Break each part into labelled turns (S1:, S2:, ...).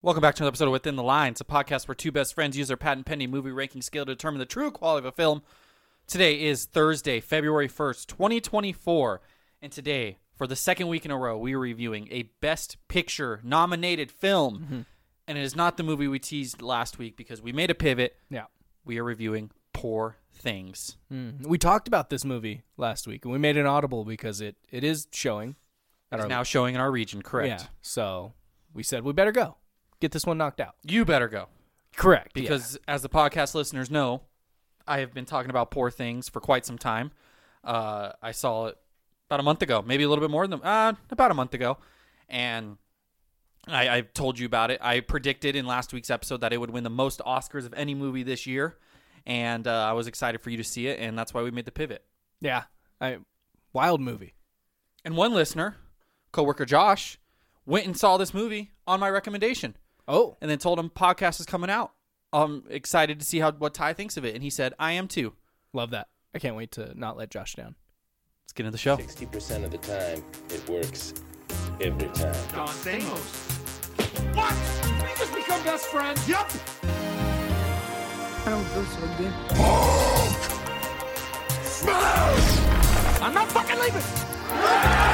S1: Welcome back to another episode of Within the Lines, a podcast where two best friends use their patent pending movie ranking scale to determine the true quality of a film. Today is Thursday, February 1st, 2024. And today, for the second week in a row, we are reviewing a Best Picture nominated film. And it is not the movie we teased last week because we made a pivot.
S2: Yeah.
S1: We are reviewing Poor Things.
S2: Hmm. We talked about this movie last week and we made an audible because it, it is showing. at
S1: It's
S2: our-
S1: now showing in our region, correct?
S2: Yeah. So we said we better go. Get this one knocked out.
S1: You better go.
S2: Correct.
S1: because as the podcast listeners know, I have been talking about poor things for quite some time. Uh, I saw it about a month ago, maybe a little bit more than uh, about a month ago, and I, I told you about it. I predicted in last week's episode that it would win the most Oscars of any movie this year, and uh, I was excited for you to see it, and that's why we made the pivot.
S2: yeah. yeah. I wild movie.
S1: And one listener, coworker Josh, went and saw this movie on my recommendation.
S2: Oh.
S1: and then told him podcast is coming out. I'm excited to see how what Ty thinks of it, and he said, "I am too."
S2: Love that. I can't wait to not let Josh down.
S1: Let's get into the show.
S3: 60% of the time, it works every time.
S4: Don What? We just become best friends? Yup. I don't feel so good. Smash! I'm not fucking leaving.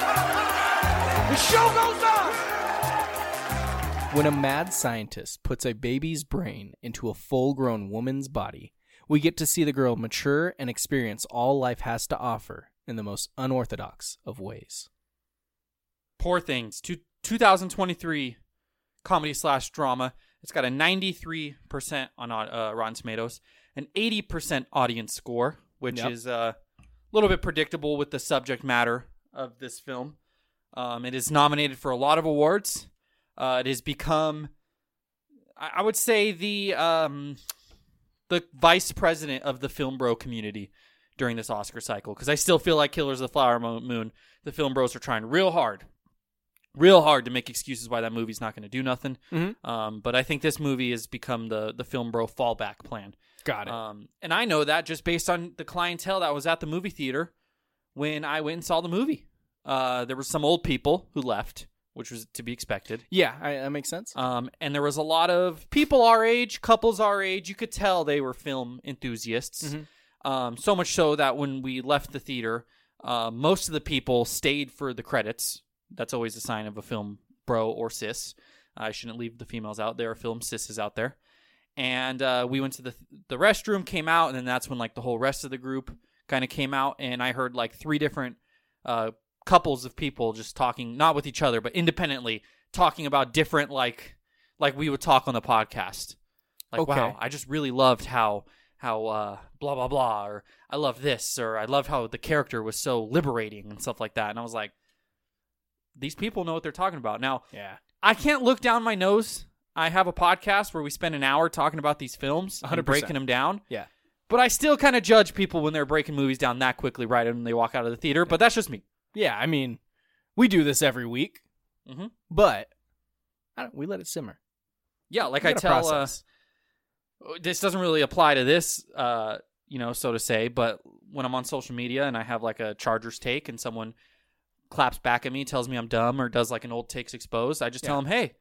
S4: The show goes on.
S2: When a mad scientist puts a baby's brain into a full grown woman's body, we get to see the girl mature and experience all life has to offer in the most unorthodox of ways.
S1: Poor things. Two, 2023 comedy slash drama. It's got a 93 percent on uh, Rotten Tomatoes, an 80 percent audience score, which
S2: Yep.
S1: is uh, a little bit predictable with the subject matter of this film. Um, it is nominated for a lot of awards. Uh, it has become, I, I would say, the um, the vice president of the film bro community during this Oscar cycle because I still feel like Killers of the Flower Mo- Moon, the film bros are trying real hard, real hard to make excuses why that movie's not going to do nothing. Um, but I think this movie has become the the film bro fallback plan.
S2: Got
S1: Um, and I know that just based on the clientele that was at the movie theater when I went and saw the movie. Uh, there were some old people who left, which was to be expected.
S2: yeah, I, that makes sense.
S1: Um, and there was a lot of people our age, couples our age. You could tell they were film enthusiasts. Um, so much so that when we left the theater, uh, most of the people stayed for the credits. That's always a sign of a film bro or sis. I shouldn't leave the females out. There are film sisses out there. And uh, we went to the the restroom, came out, and then that's when like the whole rest of the group kind of came out. And I heard like three different uh, couples of people just talking, not with each other, but independently talking about different like like we would talk on the podcast. Like,
S2: Okay.
S1: wow, I just really loved how how uh, blah blah blah, or I love this, or I love how the character was so liberating and stuff like that. And I was like, these people know what they're talking about. Now,
S2: yeah.
S1: I can't look down my nose. I have a podcast where we spend an hour talking about these films and
S2: 100%.
S1: breaking them down.
S2: Yeah.
S1: But I still kind of judge people when they're breaking movies down that quickly right when they walk out of the theater. But that's just me.
S2: Yeah, I mean, we do this every week,
S1: hmm
S2: but I don't, we let it simmer.
S1: Yeah, like
S2: We
S1: I
S2: gotta
S1: tell, uh,
S2: process.
S1: this doesn't really apply to this, uh, you know, so to say. But when I'm on social media and I have like a Chargers take, and someone claps back at me, tells me I'm dumb, or does like an old takes exposed, I just tell them, "Hey,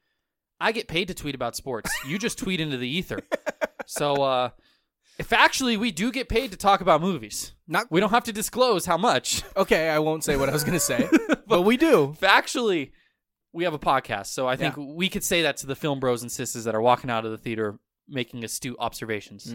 S1: I get paid to tweet about sports. You just tweet into the ether." so, uh, if actually we do get paid to talk about movies,
S2: Not
S1: we don't have to disclose how much.
S2: okay. I won't say what I was gonna say, but we do.
S1: factually, we have a podcast, so I think we could say that to the film bros and sisters that are walking out of the theater making astute observations.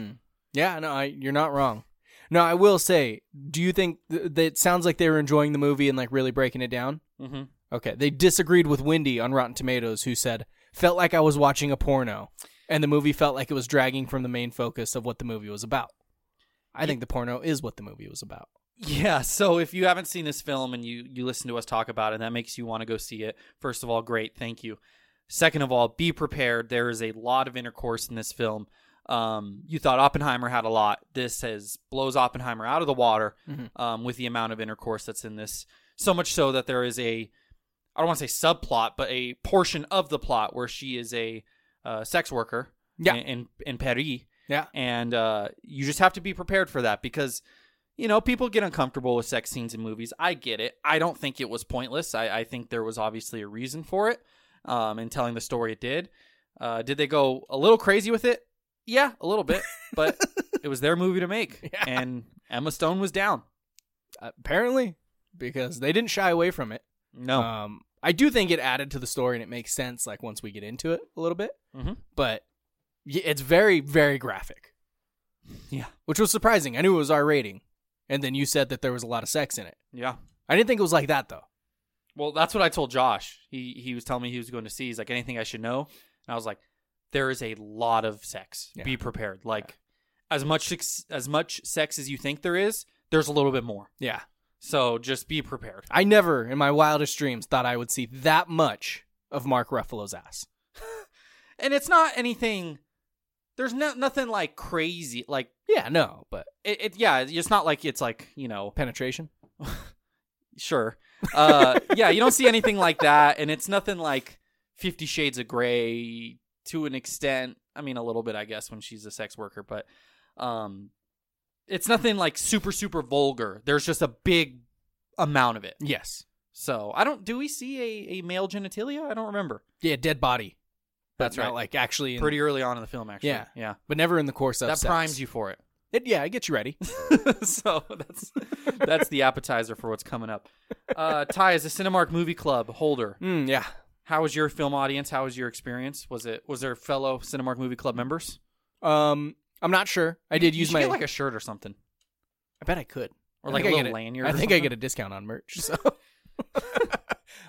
S2: Yeah, no, I, you're not wrong. No, I will say. Do you think th- that it sounds like they were enjoying the movie and like really breaking it down?
S1: Mhm.
S2: Okay, they disagreed with Wendy on Rotten Tomatoes, who said felt like I was watching a porno, and the movie felt like it was dragging from the main focus of what the movie was about. I think the porno is what the movie was about.
S1: Yeah, so if you haven't seen this film and you you listen to us talk about it, and that makes you want to go see it. First of all, great, thank you. Second of all, be prepared. There is a lot of intercourse in this film. Um, you thought Oppenheimer had a lot. This has blows Oppenheimer out of the water um, with the amount of intercourse that's in this. So much so that there is a I don't want to say subplot, but a portion of the plot where she is a uh, sex worker
S2: Yeah.
S1: in, in in Paris,
S2: Yeah.
S1: and uh, you just have to be prepared for that because you know people get uncomfortable with sex scenes in movies. I get it. I don't think it was pointless. I, I think there was obviously a reason for it. Um, in telling the story, it did. Uh, did they go a little crazy with it? Yeah, a little bit, but it was their movie to make,
S2: Yeah.
S1: and Emma Stone was down.
S2: Apparently, because they didn't shy away from it.
S1: No,
S2: Um, I do think it added to the story and it makes sense, like once we get into it a little bit.
S1: Mhm.
S2: But y- it's very, very graphic.
S1: Yeah.
S2: which was surprising. I knew it was R rating, and then you said that there was a lot of sex in it.
S1: yeah.
S2: I didn't think it was like that though.
S1: Well, that's what I told Josh. He he was telling me he was going to see. He's like, anything I should know? And I was like, there is a lot of sex.
S2: Yeah.
S1: Be prepared. Like, as much sex, as much sex as you think there is, there's a little bit more.
S2: Yeah,
S1: So just be prepared.
S2: I never in my wildest dreams thought I would see that much of Mark Ruffalo's ass.
S1: And it's not anything. There's no, nothing like crazy. Like
S2: Yeah, no, but
S1: it, it. Yeah, it's not like it's like you know.
S2: penetration.
S1: Sure. Uh, yeah, you don't see anything like that, and it's nothing like Fifty Shades of Grey to an extent. I mean, a little bit, I guess, when she's a sex worker, but um, it's nothing like super, super vulgar. There's just a big amount of it.
S2: Yes.
S1: So I don't. Do we see a, a male genitalia? I don't remember.
S2: Yeah, dead body. but
S1: That's
S2: not,
S1: right.
S2: Like actually, in,
S1: Pretty early on in the film, actually.
S2: Yeah.
S1: yeah.
S2: but never in the course of
S1: That
S2: sex.
S1: primes you for it.
S2: It, yeah, it gets you ready.
S1: so that's that's the appetizer for what's coming up. Uh, Ty is a Cinemark Movie Club holder.
S2: mm, yeah.
S1: How was your film audience? How was your experience? Was it was there fellow Cinemark Movie Club members?
S2: Um, I'm not sure. I did
S1: You
S2: use
S1: should
S2: my.
S1: get like a shirt or something,
S2: I bet I could.
S1: or
S2: I
S1: like a
S2: think I
S1: little
S2: get
S1: lanyard.
S2: I
S1: or
S2: think I
S1: something.
S2: get a discount on merch. So,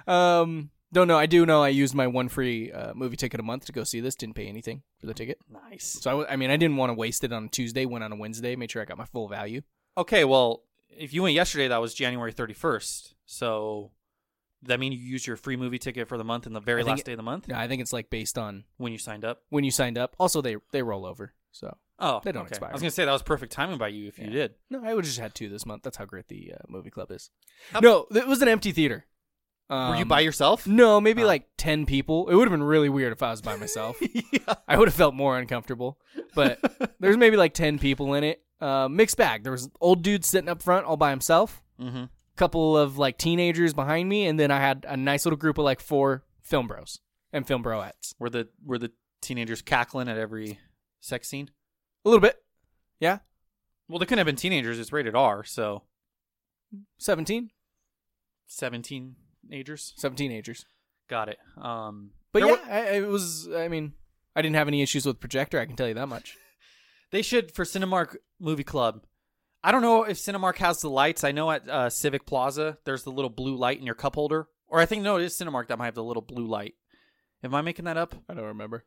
S2: um, don't know. I do know. I used my one free uh, movie ticket a month to go see this. Didn't pay anything for the ticket.
S1: nice.
S2: So I, w- I mean, I didn't want to waste it on a Tuesday. Went on a Wednesday. Made sure I got my full value.
S1: Okay, well, if you went yesterday, that was January thirty first. So that mean you used your free movie ticket for the month and the very
S2: I think
S1: last
S2: it-
S1: day of the month
S2: Yeah, I think it's like based on
S1: when you signed up.
S2: when you signed up. Also, they they roll over. So
S1: Oh,
S2: They don't
S1: okay.
S2: expire.
S1: I was gonna say that was perfect timing by you if you did.
S2: no, I would just had two this month. That's how great the uh, movie club is.
S1: How-
S2: no, it was an empty theater. Um,
S1: Were you by yourself?
S2: No, maybe
S1: Oh.
S2: like 10 people. It would have been really weird if I was by myself. I would have felt more uncomfortable. But there's maybe like 10 people in it. Uh, mixed bag. There was an old dude sitting up front all by himself,
S1: Mm-hmm.
S2: couple of like teenagers behind me, and then I had a nice little group of like four film bros and film broettes.
S1: Were the were the teenagers cackling at every sex scene?
S2: A little bit. Yeah.
S1: Well, they couldn't have been teenagers. It's rated R, so
S2: 17?
S1: seventeen agers.
S2: 17 agers.
S1: Got it. Um,
S2: But
S1: there
S2: yeah,
S1: wa-
S2: I, I- it was, I mean, I didn't have any issues with projector. I can tell you that much.
S1: they should for Cinemark Movie Club. I don't know if Cinemark has the lights. I know at uh, Civic Plaza there's the little blue light in your cup holder, or I think no, it is Cinemark that might have the little blue light. Am I making that up?
S2: I don't remember.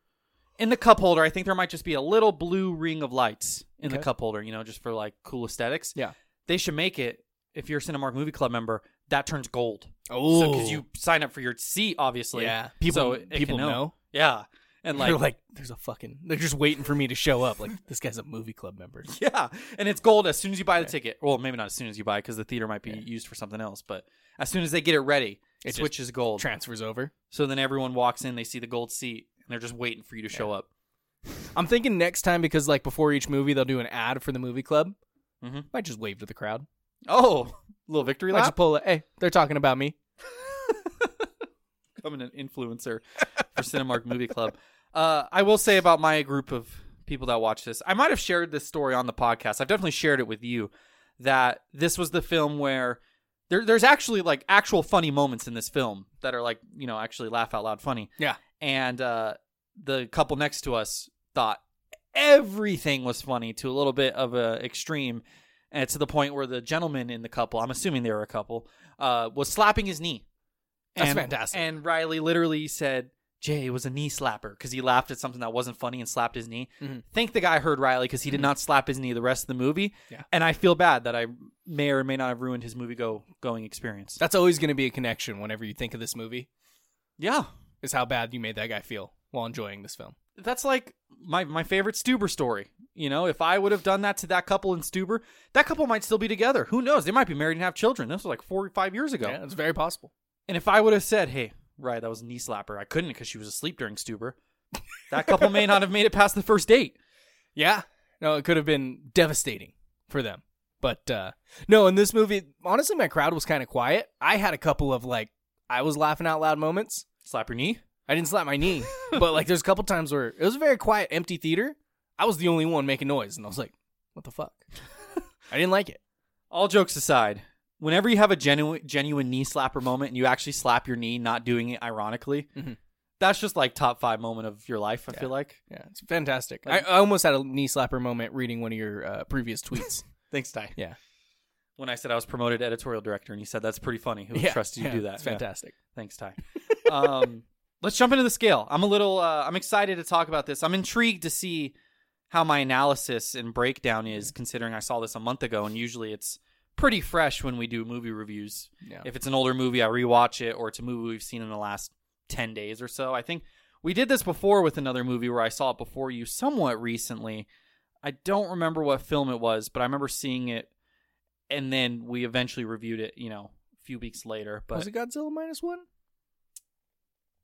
S1: In the cup holder, I think there might just be a little blue ring of lights in the
S2: Okay.
S1: cup holder, you know, just for like cool aesthetics.
S2: Yeah.
S1: They should make it if you're a Cinemark Movie Club member, that turns gold.
S2: Oh,
S1: because you sign up for your seat, obviously.
S2: Yeah.
S1: people
S2: People- people know.
S1: Yeah, and like,
S2: they're like, there's a fucking. They're just waiting for me to show up. Like this guy's a movie club member.
S1: yeah, and it's gold as soon as you buy the ticket. Well, maybe not as soon as you buy because the theater might be used for something else, but as soon as they get it ready,
S2: It
S1: it
S2: just
S1: switches gold.
S2: Transfers over.
S1: so then everyone walks in, they see the gold seat, and they're just waiting for you to show up.
S2: I'm thinking next time because like before each movie they'll do an ad for the movie club.
S1: Mhm.
S2: Might just wave to the crowd.
S1: Oh, little victory
S2: Might just
S1: lap.
S2: pull it. Hey, they're talking about me.
S1: Becoming an influencer for Cinemark Movie Club. Uh, I will say about my group of people that watch this, I might have shared this story on the podcast. I've definitely shared it with you that this was the film where there, there's actually like actual funny moments in this film that are like, you know, actually laugh out loud funny.
S2: Yeah.
S1: And uh, the couple next to us thought everything was funny to a little bit of a extreme. And to the point where the gentleman in the couple, I'm assuming they were a couple, uh, was slapping his knee.
S2: That's
S1: And-
S2: fantastic.
S1: And Riley literally said, Jay it was a knee slapper because he laughed at something that wasn't funny and slapped his knee.
S2: Mm-hmm.
S1: Think the guy heard Riley because he did not slap his knee the rest of the movie.
S2: Yeah.
S1: And I feel bad that I may or may not have ruined his movie go going experience.
S2: That's always going to be a connection whenever you think of this movie,
S1: yeah.
S2: is how bad you made that guy feel while enjoying this film.
S1: That's like my my favorite Stuber story. You know, if I would have done that to that couple in Stuber, that couple might still be together. Who knows? They might be married and have children. This was like four or five years ago.
S2: Yeah, it's very possible.
S1: And if I would have said, "Hey, right, that was a knee slapper," I couldn't because she was asleep during Stuber. That couple may not have made it past the first date.
S2: Yeah. No, it could have been devastating for them. But uh no, in this movie, honestly my crowd was kind of quiet. I had a couple of like I was laughing out loud moments.
S1: Slap your knee.
S2: I didn't slap my knee, but like there's a couple times where it was a very quiet, empty theater. I was the only one making noise and I was like, "What the fuck?" I didn't like it.
S1: All jokes aside, whenever you have a genuine genuine knee slapper moment and you actually slap your knee, not doing it ironically,
S2: Mhm.
S1: that's just like top five moment of your life. I feel like.
S2: Yeah, it's fantastic. I, I almost had a knee slapper moment reading one of your uh, previous tweets.
S1: Thanks, Ty.
S2: Yeah.
S1: When I said I was promoted editorial director, and you said that's pretty funny. Who would
S2: yeah,
S1: trust you
S2: yeah,
S1: to do that?
S2: It's
S1: Yeah.
S2: fantastic.
S1: Thanks, Ty. um, let's jump into the scale. I'm a little. Uh, I'm excited to talk about this. I'm intrigued to see how my analysis and breakdown is, considering I saw this a month ago, and usually it's pretty fresh when we do movie reviews.
S2: Yeah.
S1: If it's an older movie, I rewatch it, or it's a movie we've seen in the last ten days or so. I think we did this before with another movie where I saw it before you somewhat recently. I don't remember what film it was, but I remember seeing it, and then we eventually reviewed it. You know, a few weeks later. But
S2: was it Godzilla minus one?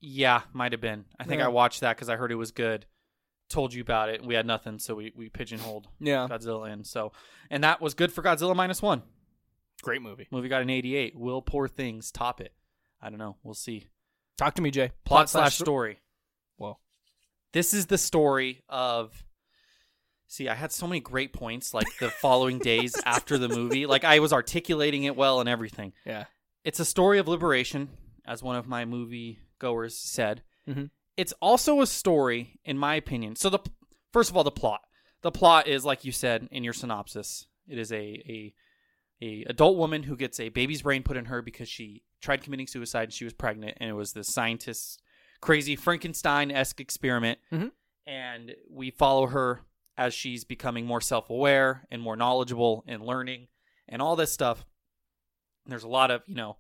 S1: yeah, might have been. I think
S2: Yeah.
S1: I watched that because I heard it was good. Told you about it. and We had nothing, so we, we pigeonholed
S2: Yeah,
S1: Godzilla in. So, and that was good for Godzilla minus one.
S2: great movie.
S1: Movie got an eighty eight. Will poor things top it? I don't know. We'll see.
S2: Talk to me, Jay.
S1: Plot, slash story.
S2: Well,
S1: This is the story of. See, I had so many great points like the following days after the movie. Like I was articulating it well and everything.
S2: yeah,
S1: It's a story of liberation, as one of my movie goers said.
S2: Mhm.
S1: It's also a story, in my opinion. So the first of all, the plot. The plot is like you said in your synopsis. It is a a a adult woman who gets a baby's brain put in her because she tried committing suicide and she was pregnant, and it was this scientist's crazy Frankenstein esque experiment.
S2: Mhm.
S1: And we follow her as she's becoming more self aware and more knowledgeable and learning and all this stuff. There's a lot of you know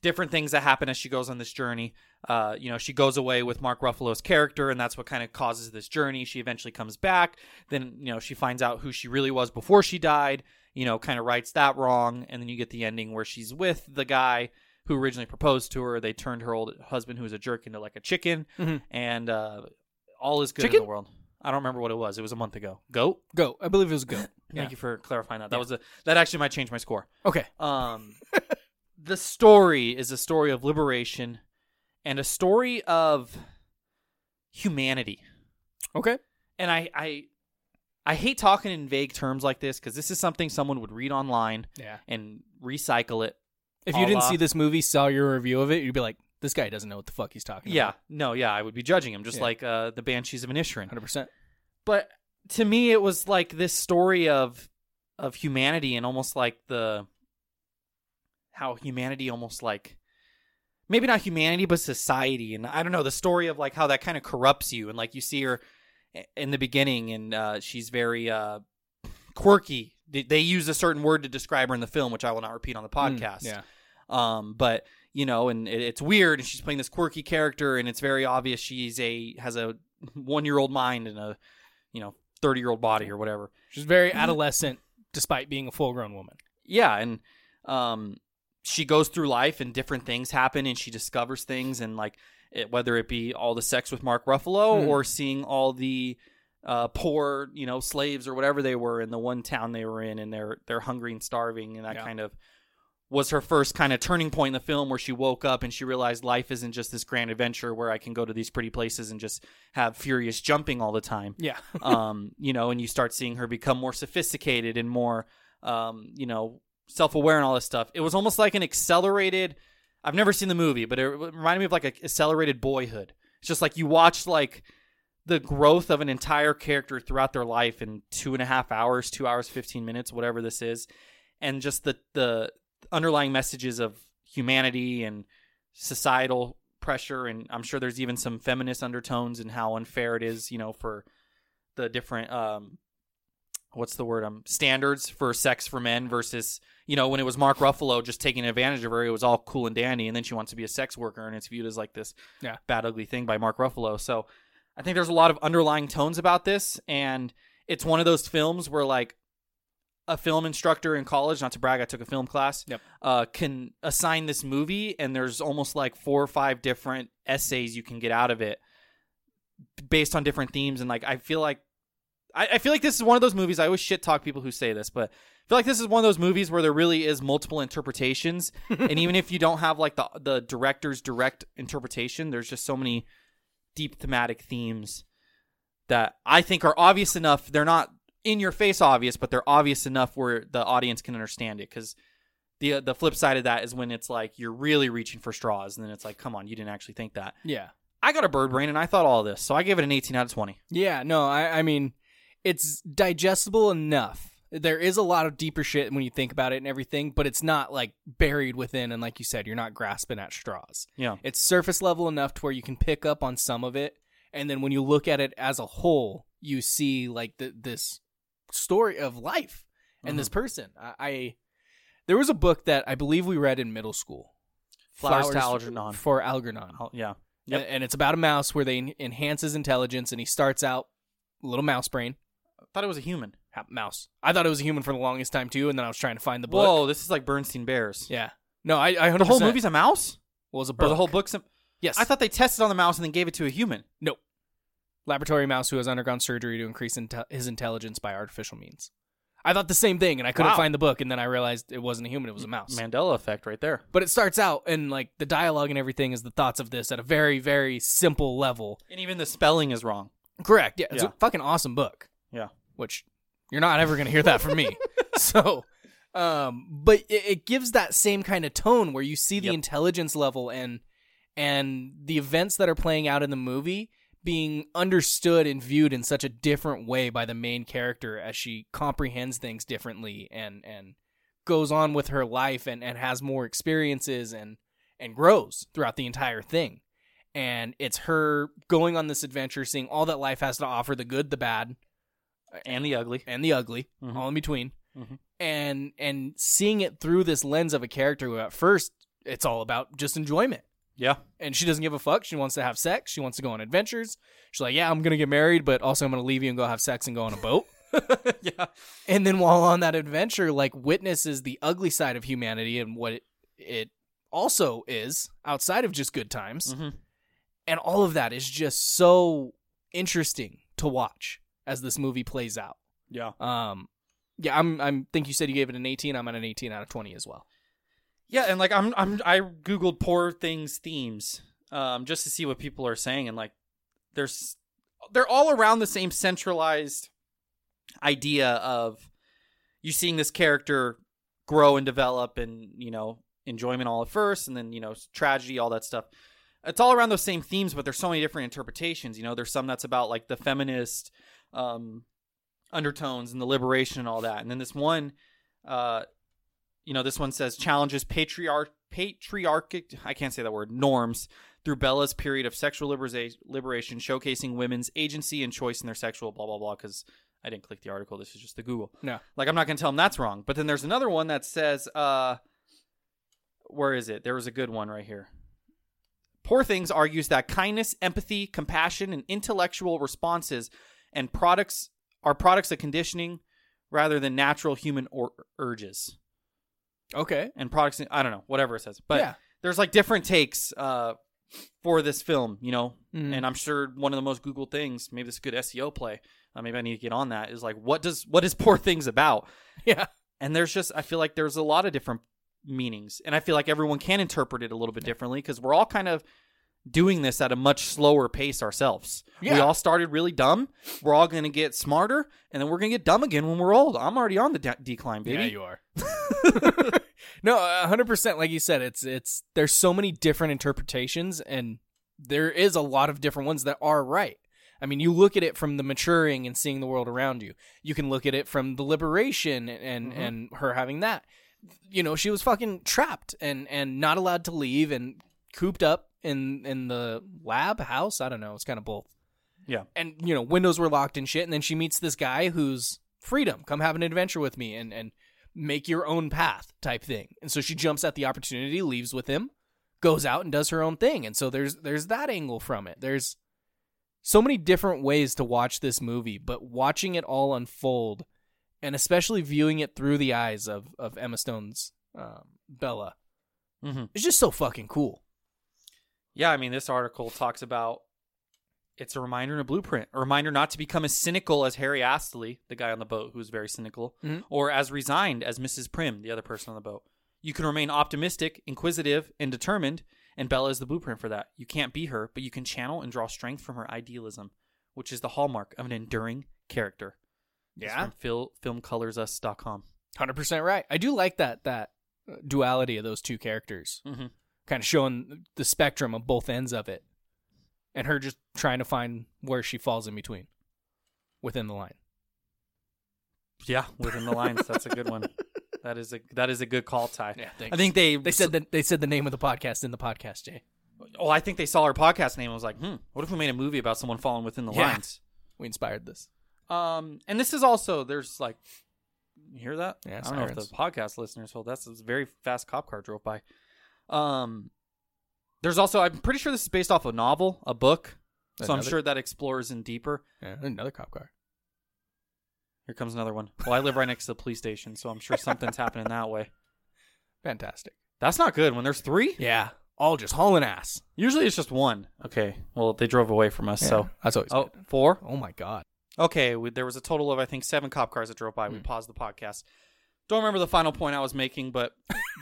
S1: different things that happen as she goes on this journey. Uh, you know, she goes away with Mark Ruffalo's character, and that's what kind of causes this journey. She eventually comes back. Then, you know, she finds out who she really was before she died, you know, kind of rights that wrong. And then you get the ending where she's with the guy who originally proposed to her. They turned her old husband, who was a jerk, into like a chicken,
S2: Mhm.
S1: and uh, all is good in
S2: Chicken?
S1: the world. I don't remember what it was. It was a month ago. Goat.
S2: go. I believe it was go.
S1: Thank you for clarifying that. That was a that actually might change my score.
S2: Okay.
S1: Um, the story is a story of liberation and a story of humanity.
S2: Okay.
S1: And I, I, I hate talking in vague terms like this because this is something someone would read online
S2: Yeah.
S1: and recycle it.
S2: If you didn't
S1: Allah.
S2: see this movie, saw your review of it, you'd be like, this guy doesn't know what the fuck he's talking
S1: Yeah, no, yeah, I would be judging him just
S2: Yeah.
S1: like uh, the Banshees of Inisherin.
S2: about. 100%.
S1: but to me it was like this story of of humanity and almost like the how humanity almost like maybe not humanity but society and i don't know the story of like how that kind of corrupts you and like you see her i- in the beginning and uh, she's very uh, quirky They- they use a certain word to describe her in the film which i will not repeat on the podcast
S2: Mm, yeah.
S1: um but you know and it, it's weird and she's playing this quirky character and it's very obvious she's a has a one year old mind and a you know 30 year old body or whatever
S2: She's very adolescent despite being a full grown woman.
S1: yeah and um she goes through life and different things happen and she discovers things and like it, whether it be all the sex with mark ruffalo
S2: Mhm.
S1: or seeing all the uh, poor you know slaves or whatever they were in the one town they were in and they're they're hungry and starving and that
S2: Yeah.
S1: kind of was her first kind of turning point in the film where she woke up and she realized life isn't just this grand adventure where I can go to these pretty places and just have furious jumping all the time
S2: Yeah.
S1: um, you know, and you start seeing her become more sophisticated and more, um, you know, self aware and all this stuff. It was almost like an accelerated. I've never seen the movie, but it reminded me of like an accelerated boyhood. It's just like you watch like the growth of an entire character throughout their life in two and a half hours, two hours, fifteen minutes, whatever this is, and just the the underlying messages of humanity and societal pressure, and I'm sure there's even some feminist undertones and how unfair it is, you know, for the different um, what's the word? Um, standards for sex for men versus you know when it was Mark Ruffalo just taking advantage of her, it was all cool and dandy, and then she wants to be a sex worker, and it's viewed as like this
S2: Yeah.
S1: bad ugly thing by Mark Ruffalo. So I think there's a lot of underlying tones about this, and it's one of those films where like a film instructor in college, not to brag, I took a film class,
S2: Yep.
S1: uh, can assign this movie, and there's almost like four or five different essays you can get out of it based on different themes. And like, I feel like, I, I feel like this is one of those movies. I always shit talk people who say this, but I feel like this is one of those movies where there really is multiple interpretations. and even if you don't have like the the director's direct interpretation, there's just so many deep thematic themes that I think are obvious enough. They're not in your face obvious, but they're obvious enough where the audience can understand it. Because the the flip side of that is when it's like you're really reaching for straws, and then it's like, come on, you didn't actually think that.
S2: Yeah.
S1: I got a bird brain, and I thought all this, so I gave it an 18 out of 20.
S2: Yeah, no, I, I mean, it's digestible enough. There is a lot of deeper shit when you think about it and everything, but it's not like buried within. And like you said, you're not grasping at straws.
S1: Yeah,
S2: It's surface level enough to where you can pick up on some of it. And then when you look at it as a whole, you see like the, this story of life and this
S1: Mm-hmm.
S2: person. I, I, there was a book that I believe we read in middle school
S1: Flowers to Algernon.
S2: For Algernon.
S1: I'll- yeah,
S2: A- And it's about a mouse where they en- enhance his intelligence, and he starts out little mouse brain,
S1: I thought it was a human.
S2: Ha- mouse. I thought it was a human for the longest time too, and then I was trying to find the book.
S1: Whoa, this is like Bernstein Bears.
S2: Yeah, no, I, I 100%.
S1: The whole movie's a mouse,
S2: was a book.
S1: or the whole book's. A-
S2: Yes,
S1: I thought they tested on the mouse and then gave it to a human.
S2: no. Laboratory mouse who has undergone surgery to increase inte- his intelligence by artificial means. I thought the same thing, and I couldn't
S1: Wow.
S2: find the book, and then I realized it wasn't a human; it was a mouse.
S1: Mandela effect, right there.
S2: But it starts out, and like the dialogue and everything is the thoughts of this at a very, very simple level.
S1: And even the spelling is wrong.
S2: Correct. Yeah, it's
S1: Yeah.
S2: a fucking awesome book.
S1: Yeah.
S2: which you're not ever going to hear that from me. so, um, but it, it gives that same kind of tone where you see the
S1: Yep.
S2: intelligence level and and the events that are playing out in the movie being understood and viewed in such a different way by the main character as she comprehends things differently and and goes on with her life and and has more experiences and and grows throughout the entire thing. And it's her going on this adventure, seeing all that life has to offer, the good, the bad,
S1: And the ugly.
S2: and the ugly,
S1: Mhm.
S2: all in between,
S1: Mhm.
S2: and and seeing it through this lens of a character who at first it's all about just enjoyment,
S1: Yeah.
S2: and she doesn't give a fuck. She wants to have sex. She wants to go on adventures. She's like, yeah, I'm gonna get married, but also I'm gonna leave you and go have sex and go on a boat.
S1: yeah.
S2: and then while on that adventure, like witnesses the ugly side of humanity and what it, it also is outside of just good times,
S1: Mhm.
S2: and all of that is just so interesting to watch as this movie plays out.
S1: Yeah.
S2: Um, yeah, I'm. I'm. Think you said you gave it an 18. I'm at an 18 out of 20 as well.
S1: Yeah, and like I'm I'm I googled poor things themes um just to see what people are saying and like there's they're all around the same centralized idea of you seeing this character grow and develop and you know enjoyment all at first and then you know tragedy all that stuff it's all around those same themes but there's so many different interpretations you know there's some that's about like the feminist um undertones and the liberation and all that and then this one uh you know this one says challenges patriarch patriarchic i can't say that word norms through bella's period of sexual liberza- liberation showcasing women's agency and choice in their sexual blah blah blah because i didn't click the article this is just the google
S2: No.
S1: like i'm not gonna tell them that's wrong but then there's another one that says uh where is it there was a good one right here Poor Things argues that kindness, empathy, compassion, and intellectual responses and products are products of conditioning rather than natural human or- urges
S2: Okay.
S1: and products. I don't know, whatever it says, but
S2: Yeah.
S1: there's like different takes uh, for this film, you know.
S2: Mhm.
S1: And I'm sure one of the most Google things, maybe this is a good SEO play. Uh, maybe I need to get on that. Is like, what does what is Poor Things about?
S2: Yeah.
S1: and there's just i feel like there's a lot of different meanings and i feel like everyone can interpret it a little bit differently because we're all kind of doing this at a much slower pace ourselves we
S2: Yeah.
S1: all started really dumb we're all going to get smarter and then we're going to get dumb again when we're old i'm already on the de- decline baby
S2: Yeah, you are. no, a 100%. Like you said, it's it's. There's so many different interpretations, and there is a lot of different ones that are right. I mean, you look at it from the maturing and seeing the world around you. You can look at it from the liberation and
S1: Mhm.
S2: and her having that. You know, she was fucking trapped and and not allowed to leave and cooped up in in the lab house. I don't know. It's kind of both.
S1: Yeah.
S2: And you know, windows were locked and shit. And then she meets this guy who's freedom. Come have an adventure with me and and make your own path type thing. And so she jumps at the opportunity, leaves with him, goes out and does her own thing. And so there's there's that angle from it. There's so many different ways to watch this movie, but watching it all unfold and especially viewing it through the eyes of of Emma Stone's um, Bella
S1: Mm-hmm.
S2: it's just so fucking cool.
S1: Yeah, I mean, this article talks about it's a reminder and a blueprint, a reminder not to become as cynical as Harry Astley, the guy on the boat who's very cynical,
S2: Mhm.
S1: or as resigned as Mrs. Prim, the other person on the boat. You can remain optimistic, inquisitive, and determined, and Bella is the blueprint for that. You can't be her, but you can channel and draw strength from her idealism, which is the hallmark of an enduring character. It's from Phil, filmcolorsus.com.
S2: hundred percent right. I do like that that uh, duality of those two characters,
S1: Mm-hmm.
S2: kind of showing the spectrum of both ends of it, and her just trying to find where she falls in between, within the line.
S1: Yeah, within the lines. That's a good one. That is a that is a good call, Ty.
S2: Yeah,
S1: I
S2: thanks.
S1: think they
S2: They said that they said the name of the podcast in the podcast, Jay.
S1: Oh, I think they saw our podcast name and was like, hmm, what if we made a movie about someone falling within the
S2: Yeah.
S1: lines?
S2: We inspired this.
S1: Um, and this is also there's like, you hear that?
S2: Yeah,
S1: I don't know if
S2: sirens.
S1: the podcast listeners felt that's a very fast cop car drove by. Um, there's also I'm pretty sure this is based off a novel, a book, so I'm
S2: Another-
S1: sure that explores in deeper.
S2: Yeah, another cop car.
S1: Here comes another one. Well, I live right next to the police station, so I'm sure something's happening that way.
S2: Fantastic.
S1: That's not good when there's three.
S2: Yeah, all just hauling ass.
S1: Usually it's just one. Okay. Well, they drove away from us, so
S2: that's always
S1: oh,
S2: good.
S1: four.
S2: Oh my god.
S1: Okay, we, there was a total of I think seven cop cars that drove by. We paused the podcast. Don't remember the final point I was making, but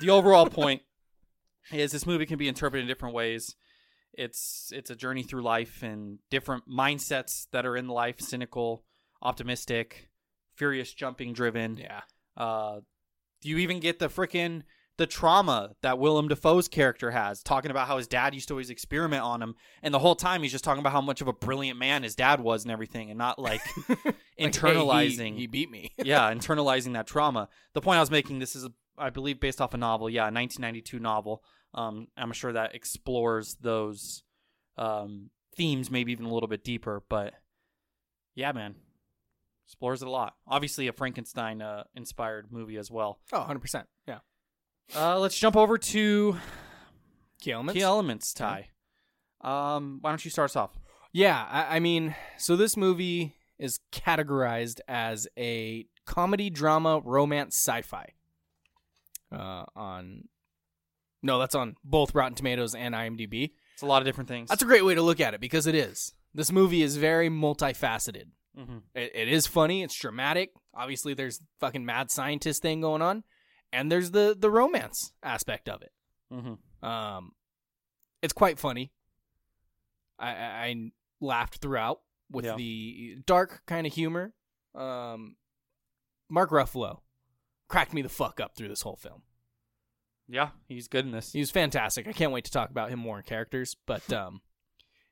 S1: the overall point is this movie can be interpreted in different ways. It's it's a journey through life and different mindsets that are in life: cynical, optimistic, furious, jumping, driven.
S2: Yeah.
S1: Uh, you even get the frickin' the trauma that Willem Dafoe's character has, talking about how his dad used to always experiment on him, and the whole time he's just talking about how much of a brilliant man his dad was and everything, and not like
S2: Like, hey,
S1: internalizing.
S2: he, he beat me.
S1: yeah, internalizing that trauma. The point I was making, this is, I believe, based off a novel. Yeah, a 1992 novel. Um, I'm sure that explores those um, themes, maybe even a little bit deeper. But yeah, man, explores it a lot. Obviously, a Frankenstein uh, inspired movie as well.
S2: Oh, 100 percent. Yeah.
S1: Uh, let's jump over to
S2: Key elements.
S1: key elements, Ty. Um, why don't you start us off?
S2: Yeah, I, I mean, so this movie is categorized as a comedy, drama, romance, sci-fi. Uh, on no, that's on both Rotten Tomatoes and IMDb.
S1: It's a lot of different things.
S2: That's a great way to look at it because it is. This movie is very multifaceted.
S1: Mhm.
S2: It, it is funny. It's dramatic. Obviously, there's fucking mad scientist thing going on, and there's the the romance aspect of it.
S1: Mhm.
S2: Um, it's quite funny. I, I, I laughed throughout with
S1: Yeah.
S2: the dark kind of humor. Um, Mark Ruffalo cracked me the fuck up through this whole film.
S1: Yeah, he's good in this.
S2: He was fantastic. I can't wait to talk about him more in characters, but um,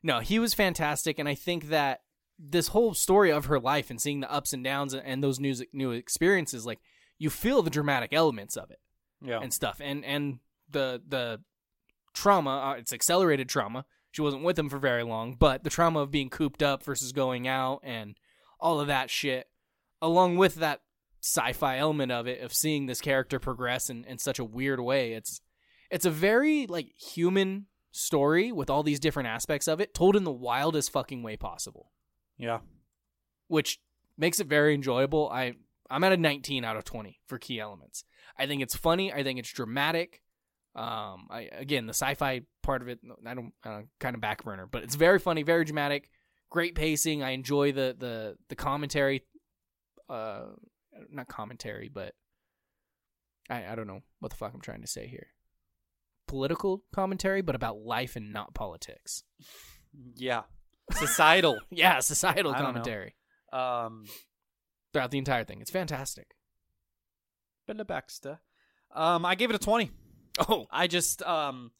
S2: no, he was fantastic, and I think that this whole story of her life and seeing the ups and downs and, and those new new experiences, like you feel the dramatic elements of it
S1: yeah,
S2: and stuff and and the the trauma uh, it's accelerated trauma she wasn't with him for very long but the trauma of being cooped up versus going out and all of that shit along with that sci-fi element of it of seeing this character progress in, in such a weird way it's it's a very like human story with all these different aspects of it told in the wildest fucking way possible
S1: yeah.
S2: which makes it very enjoyable. I I'm at a 19 out of 20 for key elements. I think it's funny. I think it's dramatic. Um, I again the sci-fi part of it. I don't uh, kind of back burner, but it's very funny, very dramatic, great pacing. I enjoy the the the commentary. Uh, not commentary, but I I don't know what the fuck I'm trying to say here. Political commentary, but about life and not politics.
S1: Yeah. Societal.
S2: Yeah, societal
S1: I don't know.
S2: commentary
S1: um
S2: throughout the entire thing. It's fantastic.
S1: Bella Baxter. Um I gave it a 20.
S2: Oh,
S1: I just um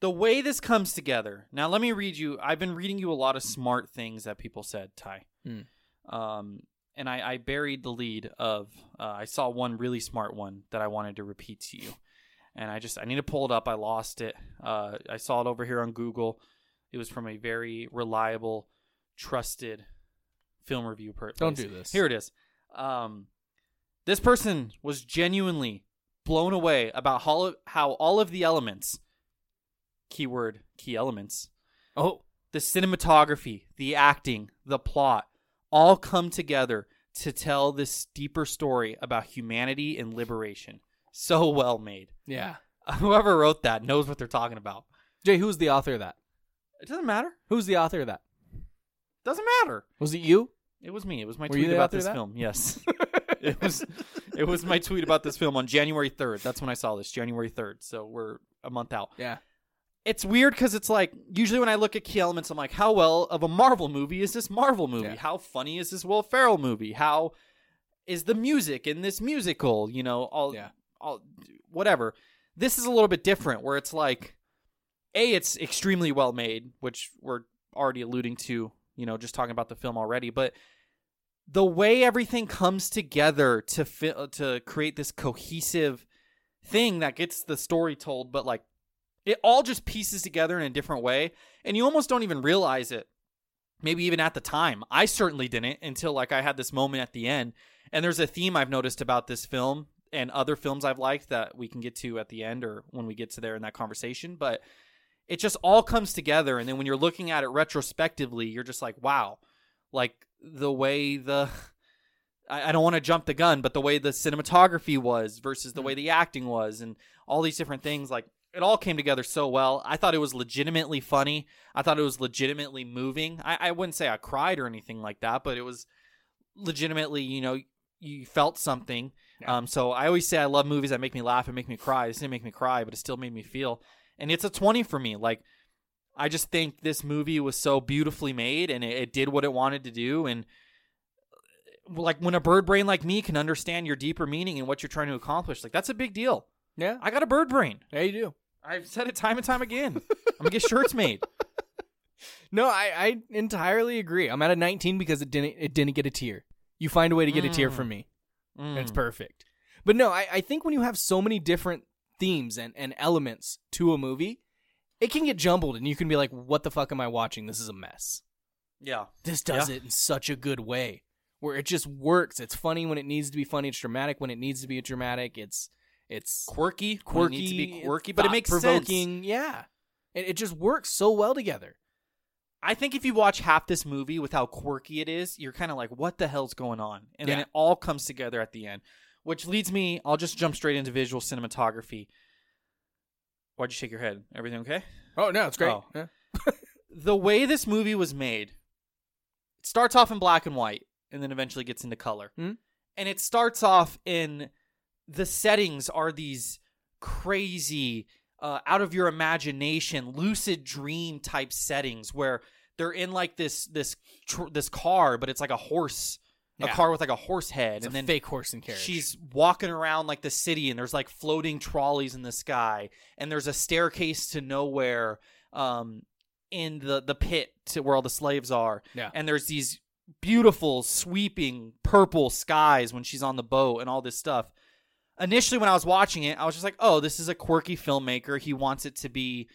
S1: the way this comes together. Now let me read you. I've been reading you a lot of smart things that people said, Ty.
S2: Hmm.
S1: Um and I, I buried the lead of uh, I saw one really smart one that I wanted to repeat to you. and I just I need to pull it up. I lost it. Uh, I saw it over here on Google. It was from a very reliable, trusted film review person.
S2: Don't do this.
S1: Here it is. Um, this person was genuinely blown away about how, how all of the elements, keyword key elements,
S2: Oh,
S1: the cinematography, the acting, the plot, all come together to tell this deeper story about humanity and liberation. So well made.
S2: yeah.
S1: Whoever wrote that knows what they're talking about.
S2: Jay, who's the author of that?
S1: It doesn't matter.
S2: Who's the author of that?
S1: Doesn't matter.
S2: Was it you?
S1: It was me. It was my
S2: Were you
S1: tweet
S2: the
S1: about
S2: author of
S1: this
S2: that?
S1: film. Yes. it was it was my tweet about this film on January 3rd. That's when I saw this, January 3rd. So we're a month out.
S2: Yeah.
S1: it's weird because it's like usually when I look at key elements, I'm like, how well of a Marvel movie is this Marvel movie?
S2: Yeah.
S1: How funny is this Will Ferrell movie? How is the music in this musical? You know, all,
S2: Yeah.
S1: all whatever. This is a little bit different, where it's like, a, it's extremely well made, which we're already alluding to, you know, just talking about the film already, but the way everything comes together to fi- to create this cohesive thing that gets the story told, but like it all just pieces together in a different way and you almost don't even realize it maybe even at the time i certainly didn't until like i had this moment at the end and there's a theme i've noticed about this film and other films i've liked that we can get to at the end or when we get to there in that conversation but it just all comes together and then when you're looking at it retrospectively you're just like wow like the way the I, I don't want to jump the gun, but the way the cinematography was versus the way the acting was and all these different things, like it all came together so well. I thought it was legitimately funny. I thought it was legitimately moving. I, I wouldn't say I cried or anything like that, but it was legitimately, you know, you felt something. Um, so I always say I love movies that make me laugh and make me cry. This didn't make me cry, but it still made me feel. And it's a 20 for me. Like, I just think this movie was so beautifully made and it, it did what it wanted to do. And uh, like when a bird brain like me can understand your deeper meaning and what you're trying to accomplish, like that's a big deal.
S2: Yeah.
S1: I got a bird brain.
S2: Yeah, you do.
S1: I've said it time and time again. I'm gonna get shirts made.
S2: No, I, I entirely agree. I'm at a 19 because it didn't it didn't get a tier. You find a way to get a tier from me.
S1: Mm.
S2: That's perfect. But no, I, I think when you have so many different themes and, and elements to a movie, it can get jumbled and you can be like, what the fuck am I watching? This is a mess.
S1: Yeah,
S2: This does
S1: Yeah.
S2: it in such a good way where it just works. It's funny when it needs to be funny. It's dramatic when it needs to be dramatic. It's, it's
S1: quirky, when
S2: quirky.
S1: it needs to be quirky, but it makes sense.
S2: provoking. Yeah. It, it just works so well together.
S1: I think if you watch half this movie with how quirky it is, you're kind of like, what the hell's going on? And then
S2: Yeah.
S1: it all comes together at the end, which leads me, I'll just jump straight into visual cinematography. Why'd you shake your head? Everything okay?
S2: Oh, no, it's
S1: great.
S2: Yeah.
S1: The way this movie was made, it starts off in black and white and then eventually gets into color.
S2: Hmm?
S1: And it starts off in the settings are these crazy, uh, out of your imagination, lucid dream type settings where they're in like this this tr- this car, but it's like a horse, a
S2: Yeah.
S1: car with like a horse head,
S2: It's
S1: and
S2: a
S1: then
S2: fake horse and carriage.
S1: She's walking around like the city, and there's like floating trolleys in the sky, and there's a staircase to nowhere um, in the the pit to where all the slaves are.
S2: Yeah.
S1: And there's these beautiful sweeping purple skies when she's on the boat and all this stuff. Initially, when I was watching it, I was just like, "Oh, this is a quirky filmmaker. He wants it to be."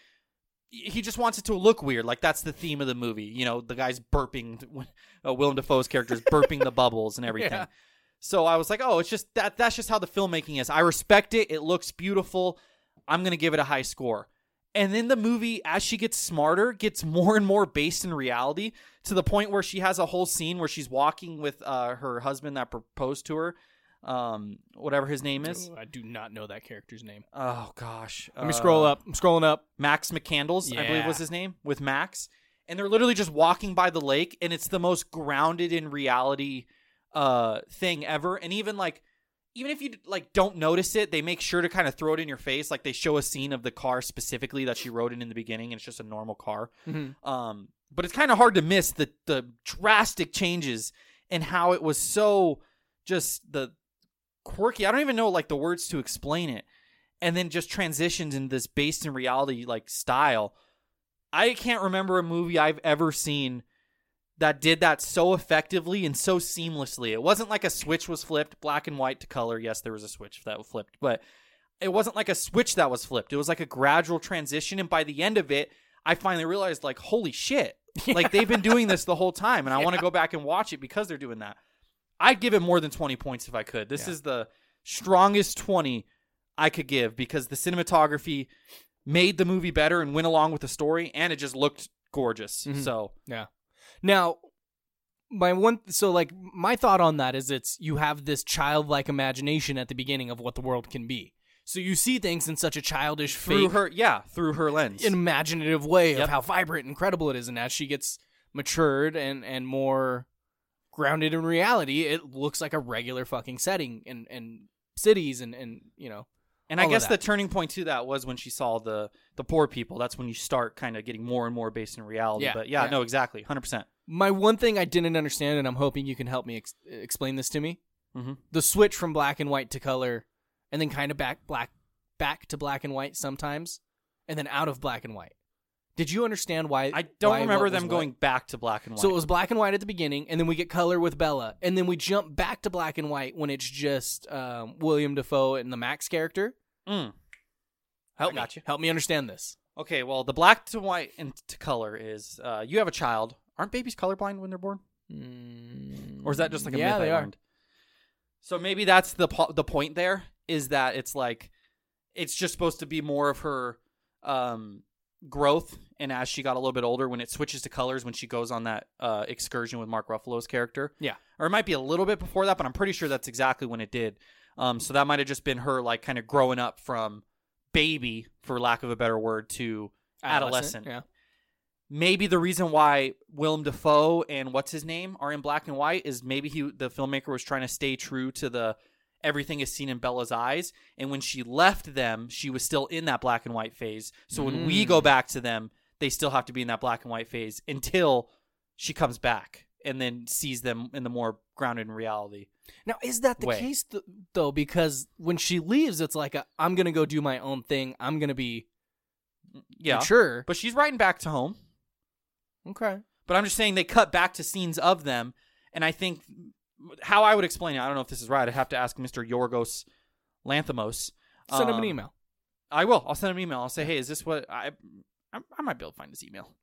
S1: He just wants it to look weird. Like that's the theme of the movie. You know, the guy's burping. Uh, Willem Dafoe's character is burping the bubbles and everything.
S2: Yeah.
S1: So I was like, oh, it's just that that's just how the filmmaking is. I respect it. It looks beautiful. I'm going to give it a high score. And then the movie as she gets smarter gets more and more based in reality to the point where she has a whole scene where she's walking with uh, her husband that proposed to her, um whatever his name is.
S2: Oh, I do not know that character's name.
S1: Oh gosh. Uh,
S2: Let me scroll up. I'm scrolling up.
S1: Max McCandles, I believe
S2: Yeah.
S1: was his name, with Max. And they're literally just walking by the lake, and it's the most grounded in reality uh thing ever. And even like even if you like don't notice it, they make sure to kind of throw it in your face. Like they show a scene of the car specifically that she rode in in the beginning, and it's just a normal car. Um, but it's kind of hard to miss the the drastic changes and how it was so just the quirky. I don't even know like the words to explain it. And then just transitions in this based in reality like style. I can't remember a movie I've ever seen that did that so effectively and so seamlessly. It wasn't like a switch was flipped, black and white to color. Yes, there was a switch that was flipped, but it wasn't like a switch that was flipped. It was like a gradual transition, and by the end of it, I finally realized like, holy shit, like they've been doing this the whole time, and I want to go back and watch it because they're doing that. I'd give it more than twenty points if I could. This is the strongest twenty I could give because the cinematography made the movie better and went along with the story, and it just looked gorgeous. So
S2: Yeah. Now, my one so like my thought on that is it's you have this childlike imagination at the beginning of what the world can be. So you see things in such a childish,
S1: through
S2: fake,
S1: her, yeah, through her lens,
S2: imaginative way
S1: Yep.
S2: of how vibrant, and incredible it is, and as she gets matured and and more grounded in reality, it looks like a regular fucking setting and and cities and and you know
S1: And I
S2: all of
S1: guess the
S2: that.
S1: turning point to that was when she saw the the poor people. That's when you start kind of getting more and more based in reality.
S2: Yeah,
S1: but yeah,
S2: yeah.
S1: no, exactly, hundred percent.
S2: my one thing I didn't understand, and I'm hoping you can help me ex- explain this to me.
S1: Mhm.
S2: The switch from black and white to color, and then kind of back black back to black and white sometimes, and then out of black and white. Did you understand why?
S1: I don't
S2: why
S1: remember
S2: what was
S1: them
S2: what?
S1: going back to black and white.
S2: So it was black and white at the beginning, and then we get color with Bella, and then we jump back to black and white when it's just um, William Defoe and the Max character.
S1: Mm.
S2: Help
S1: I
S2: me,
S1: got you.
S2: help me understand this.
S1: okay. Well, the black to white and to color is uh, you have a child. Aren't babies colorblind when they're born, or is that just like a
S2: Mm, yeah,
S1: myth
S2: they
S1: I
S2: are.
S1: learned? So maybe that's the po- the point. There is that it's like it's just supposed to be more of her um, growth, and as she got a little bit older, when it switches to colors, when she goes on that uh, excursion with Mark Ruffalo's character,
S2: Yeah,
S1: or it might be a little bit before that, but I'm pretty sure that's exactly when it did. Um, so that might have just been her like kind of growing up from baby, for lack of a better word, to adolescent.
S2: Yeah,
S1: Maybe the reason why Willem Dafoe and what's his name are in black and white is maybe he the filmmaker was trying to stay true to the everything is seen in Bella's eyes, and when she left them, she was still in that black and white phase. So when we go back to them, they still have to be in that black and white phase until she comes back and then sees them in the more grounded in reality.
S2: Now, is that the
S1: way.
S2: case th- though? Because when she leaves, it's like i am I'm gonna go do my own thing. I'm gonna be
S1: Yeah.
S2: mature.
S1: But she's riding back to home.
S2: okay,
S1: But I'm just saying they cut back to scenes of them. And I think how I would explain it, I don't know if this is right. I'd have to ask Mr. Yorgos Lanthimos.
S2: send him
S1: Um,
S2: an email.
S1: I will. I'll send him an email. I'll say, hey, is this what I. I, I might be able to find his email.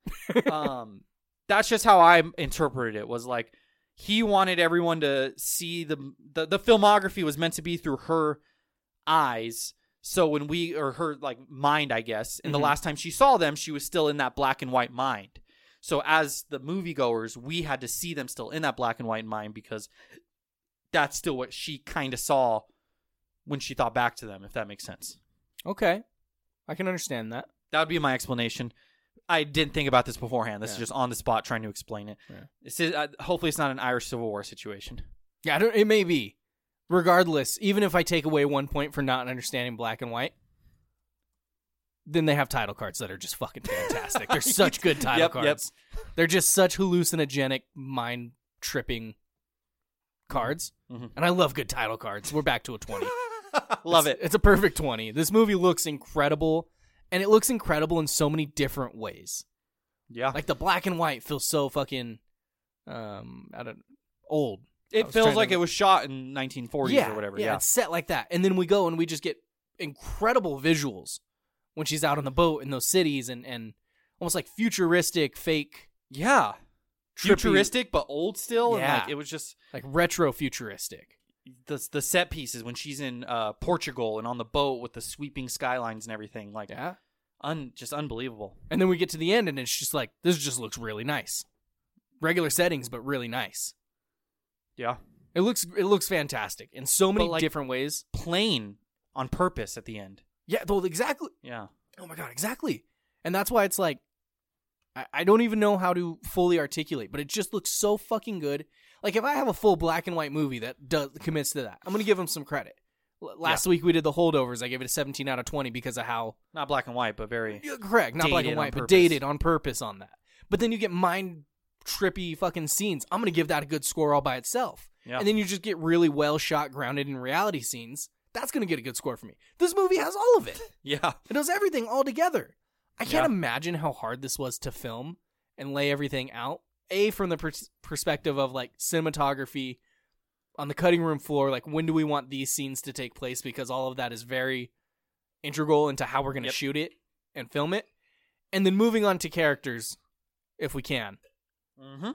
S1: um, that's just how I interpreted it was like he wanted everyone to see the, the the filmography was meant to be through her eyes. So when we or her like mind, I guess, and the last time she saw them, she was still in that black and white mind. So as the moviegoers, we had to see them still in that black and white mind because that's still what she kind of saw when she thought back to them, if that makes sense.
S2: Okay, I can understand that.
S1: That would be my explanation. I didn't think about this beforehand. This is
S2: Yeah.
S1: just on the spot trying to explain it.
S2: Yeah.
S1: This is uh, hopefully it's not an Irish Civil War situation.
S2: Yeah, I don't, it may be. Regardless, even if I take away one point for not understanding black and white, then they have title cards that are just fucking fantastic. They're such good title
S1: Yep, yep.
S2: cards. They're just such hallucinogenic, mind tripping cards.
S1: Mhm.
S2: And I love good title cards. We're back to a 20.
S1: Love
S2: It's-
S1: it.
S2: It's a perfect 20. This movie looks incredible, and it looks incredible in so many different ways.
S1: Yeah,
S2: Like the black and white feels so fucking um I don't old. I
S1: it
S2: was
S1: feels
S2: trying to-
S1: like it was shot in 1940s
S2: yeah,
S1: or whatever.
S2: Yeah,
S1: Yeah,
S2: it's set like that. And then we go and we just get incredible visuals when she's out on the boat in those cities and and almost like futuristic fake
S1: yeah.
S2: trippy-
S1: futuristic but old still. And
S2: Yeah.
S1: like, it was just
S2: like retro futuristic.
S1: the the set pieces when she's in uh, Portugal and on the boat with the sweeping skylines and everything. Like,
S2: Yeah.
S1: un- just unbelievable.
S2: And then we get to the end and it's just like this just looks really nice. Regular settings but really nice.
S1: Yeah,
S2: It looks it looks fantastic in so many
S1: But, like-
S2: different ways.
S1: plain on purpose at the end.
S2: Yeah, though exactly.
S1: Yeah,
S2: Oh my god, exactly. And that's why it's like I, I don't even know how to fully articulate, but it just looks so fucking good. Like if I have a full black and white movie that does commits to that, I'm gonna give him some credit. L- last week we did the holdovers. I gave it a 17 out of 20 because of how
S1: not black and white, but very.
S2: Yeah, correct, not black
S1: Dated
S2: and
S1: on
S2: white, but
S1: purpose.
S2: dated on purpose on that. But then you get mind trippy fucking scenes. I'm gonna give that a good score all by itself.
S1: Yeah.
S2: And then you just get really well shot, grounded in reality scenes. That's gonna get a good score for me. This movie has all of it.
S1: Yeah,
S2: It does everything all together. I can't
S1: Yeah.
S2: imagine how hard this was to film and lay everything out. A from the pers- perspective of like cinematography on the cutting room floor, like when do we want these scenes to take place? Because all of that is very integral into how we're going to
S1: Yep.
S2: shoot it and film it. And then moving on to characters, if we can.
S1: Mm-hmm.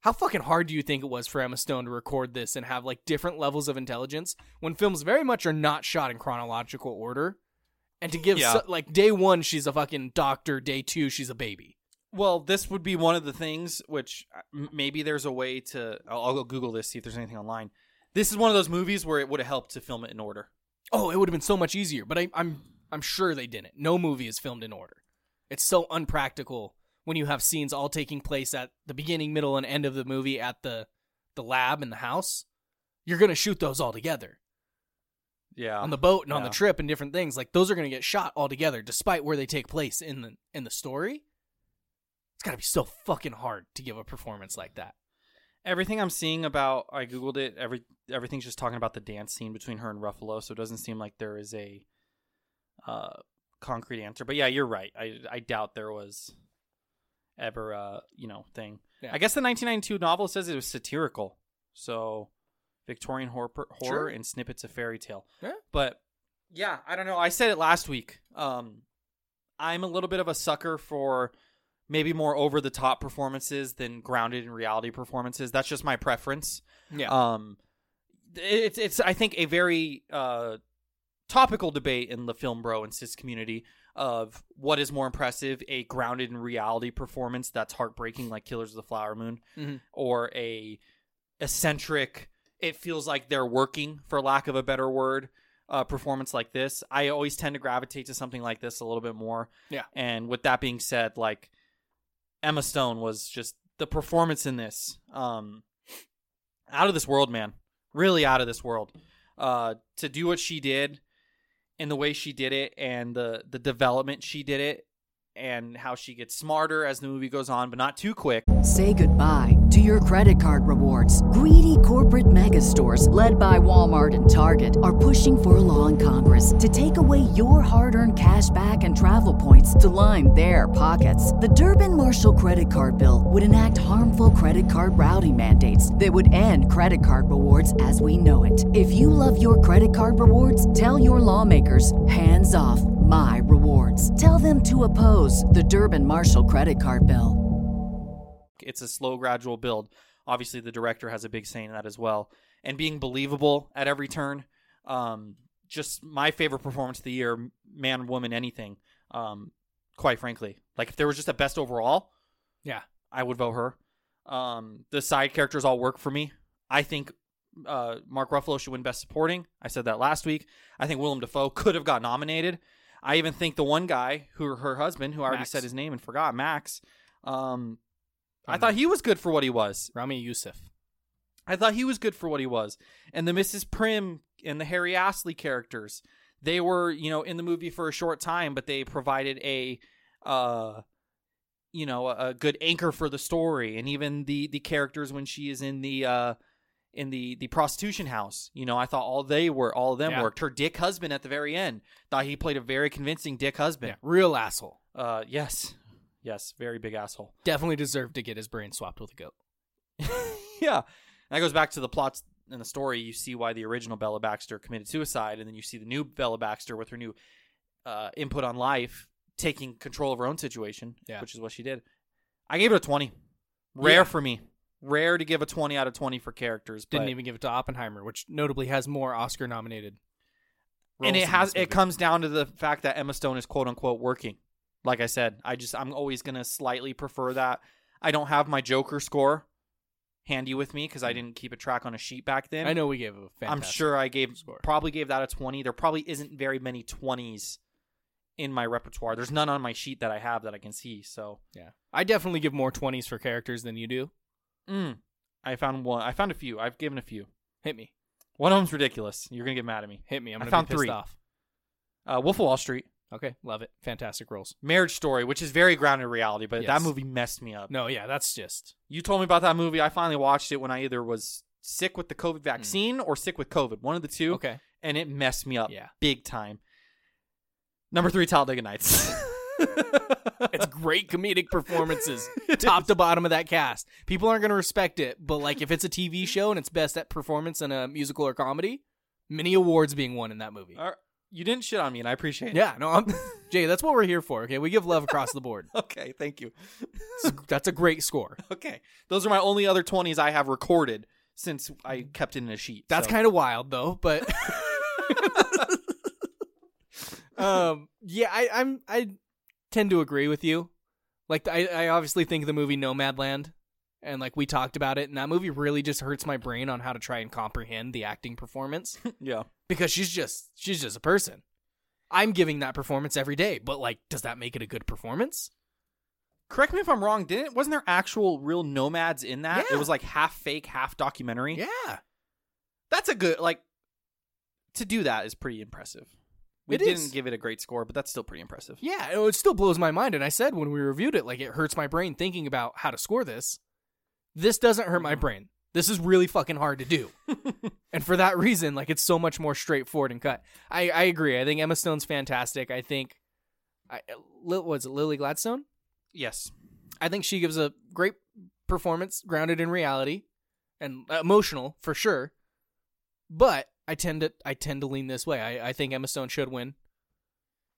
S2: How fucking hard do you think it was for Emma Stone to record this and have like different levels of intelligence when films very much are not shot in chronological order? And to give
S1: Yeah.
S2: so- like day one, she's a fucking doctor. Day two, she's a baby.
S1: Well, this would be one of the things which uh, m- maybe there's a way to. I'll, I'll go Google this, see if there's anything online. This is one of those movies where it would have helped to film it in order.
S2: Oh, it would have been so much easier, but I, I'm I'm sure they didn't. No movie is filmed in order. It's so unpractical when you have scenes all taking place at the beginning, middle, and end of the movie at the the lab and the house. You're gonna shoot those all together
S1: Yeah.
S2: on the boat and on the
S1: Yeah.
S2: trip and different things. Like those are gonna get shot all together, despite where they take place in the in the story. It's gotta be so fucking hard to give a performance like that.
S1: Everything I'm seeing about, I googled it. Every everything's just talking about the dance scene between her and Ruffalo, so it doesn't seem like there is a uh, concrete answer. But yeah, you're right. I I doubt there was ever a you know thing.
S2: Yeah.
S1: I guess the 1992 novel says it was satirical, so Victorian horror, horror
S2: Sure.
S1: and snippets of fairy tale.
S2: Yeah.
S1: But yeah, I don't know. I said it last week. Um, I'm a little bit of a sucker for maybe more over the top performances than grounded in reality performances. That's just my preference.
S2: Yeah.
S1: Um, it's it's I think a very uh, topical debate in the film bro and cis community of what is more impressive: a grounded in reality performance that's heartbreaking, like Killers of the Flower Moon,
S2: Mhm.
S1: or a eccentric. It feels like they're working, for lack of a better word. Uh, performance like this, I always tend to gravitate to something like this a little bit more.
S2: Yeah.
S1: And with that being said, like Emma Stone was just the performance in this, um, out of this world, man. Really out of this world. Uh, to do what she did, and the way she did it, and the the development she did it, and how she gets smarter as the movie goes on, but not too quick.
S5: Say goodbye to your credit card rewards. Greedy corporate megastores, led by Walmart and Target, are pushing for a law in Congress to take away your hard earned cash back and travel points to line their pockets. The Durbin Marshall credit card bill would enact harmful credit card routing mandates that would end credit card rewards as we know it. If you love your credit card rewards, tell your lawmakers hands off my rewards. Tell them to oppose the Durbin Marshall credit card bill.
S1: It's a slow, gradual build. Obviously, the director has a big say in that as well, and being believable at every turn. Um, just my favorite performance of the year, man, woman, anything. Um, quite frankly, like if there was just a best overall,
S2: Yeah.
S1: I would vote her. Um, the side characters all work for me. I think uh, Mark Ruffalo should win Best Supporting. I said that last week. I think Willem Dafoe could have got nominated. I even think the one guy who her husband, who I already
S2: Max.
S1: said his name and forgot, Max. Um, I
S2: Um,
S1: thought he was good for what he was.
S2: Rami Youssef.
S1: I thought he was good for what he was. And the Mrs. Prim and the Harry Astley characters, they were, you know, in the movie for a short time, but they provided a uh you know, a, a good anchor for the story and even the the characters when she is in the uh in the the prostitution house. You know, I thought all they were all of them
S2: Yeah.
S1: worked. Her dick husband at the very end. Thought he played a very convincing dick husband.
S2: Yeah. Real asshole.
S1: Uh yes. Yes, very big asshole.
S2: Definitely deserved to get his brain swapped with a goat.
S1: yeah. And that goes back to the plots in the story. You see why the original Bella Baxter committed suicide, and then you see the new Bella Baxter with her new uh, input on life taking control of her own situation,
S2: Yeah.
S1: which is what she did. I gave it a 20. Rare
S2: Yeah.
S1: for me. Rare to give a 20 out of 20 for characters.
S2: Didn't
S1: but-
S2: even give it to Oppenheimer, which notably has more Oscar nominated.
S1: and it has it comes down to the fact that Emma Stone is quote unquote working. Like I said, I just I'm always gonna slightly prefer that. I don't have my Joker score handy with me because I didn't keep a track on a sheet back then.
S2: Mm. I know we gave a fantastic.
S1: I'm sure I gave
S2: score.
S1: probably gave that a 20. There probably isn't very many 20s in my repertoire. There's none on my sheet that I have that I can see. So,
S2: Yeah, I definitely give more twenties for characters than you do.
S1: mm, I found one. I found a few. I've given a few.
S2: Hit me,
S1: One of them's ridiculous. You're gonna get mad at me.
S2: hit me. I'm
S1: I
S2: gonna
S1: found
S2: be pissed
S1: three.
S2: off.
S1: Uh, Wolf of Wall Street,
S2: Okay, love it. Fantastic roles.
S1: Marriage Story, which is very grounded in reality, but that
S2: Yes.
S1: movie messed me up.
S2: No, yeah, that's just
S1: You told me about that movie. I finally watched it when I either was sick with the COVID vaccine or sick with COVID. One of the two.
S2: Hmm. okay.
S1: and it messed me up
S2: Yeah.
S1: big time. Number three, Talladega Nights.
S2: It's great comedic performances, top to bottom of that cast. People aren't gonna respect it, but like if it's a TV show and it's best at performance in a musical or comedy, many awards being won in that movie.
S1: All right. You didn't shit on me, and I appreciate it.
S2: Yeah, no, I'm Jay. That's what we're here for. Okay, we give love across the board.
S1: Okay, thank you.
S2: That's a great score.
S1: Okay, those are my only other twenties I have recorded since I kept it in a sheet.
S2: That's
S1: so-
S2: kind of wild though, but um, yeah, I, I'm I tend to agree with you. Like I, I obviously think of the movie Nomadland, and like we talked about it, and that movie really just hurts my brain on how to try and comprehend the acting performance
S1: yeah.
S2: because she's just she's just a person. I'm giving that performance every day, but like, does that make it a good performance?
S1: Correct me if I'm wrong. Didn't wasn't there actual real nomads in that?
S2: Yeah.
S1: It was like half fake, half documentary.
S2: Yeah,
S1: that's a good like to do that is pretty impressive. We
S2: It
S1: didn't
S2: is.
S1: give it a great score, but that's still pretty impressive.
S2: Yeah, it- it still blows my mind. And I said when we reviewed it, like it hurts my brain thinking about how to score this. This doesn't hurt my brain. This is really fucking hard to do. and for that reason, like it's so much more straightforward and cut. I, I agree. I think Emma Stone's fantastic. I think, I, Lil, was it Lily Gladstone?
S1: Yes.
S2: I think she gives a great performance, grounded in reality and emotional for sure. But I tend to I tend to lean this way. I, I think Emma Stone should win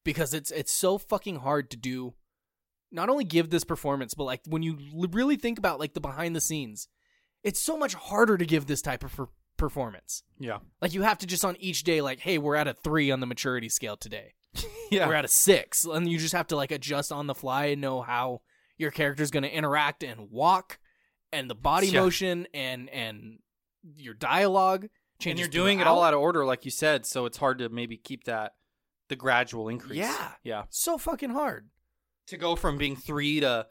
S2: because it's it's so fucking hard to do. Not only give this performance, but like when you l- really think about like the behind the scenes, it's so much harder to give this type of per- performance.
S1: Yeah.
S2: Like you have to just on each day, like, hey, we're at a three on the maturity scale today
S1: Yeah.
S2: we're at a six and you just have to like adjust on the fly and know how your character's going to interact and walk and the body
S1: Yeah.
S2: motion and and your dialogue
S1: and
S2: changes
S1: you're doing it all out of order, like you said, so it's hard to maybe keep that the gradual increase.
S2: Yeah.
S1: Yeah.
S2: so fucking hard
S1: To go from being three to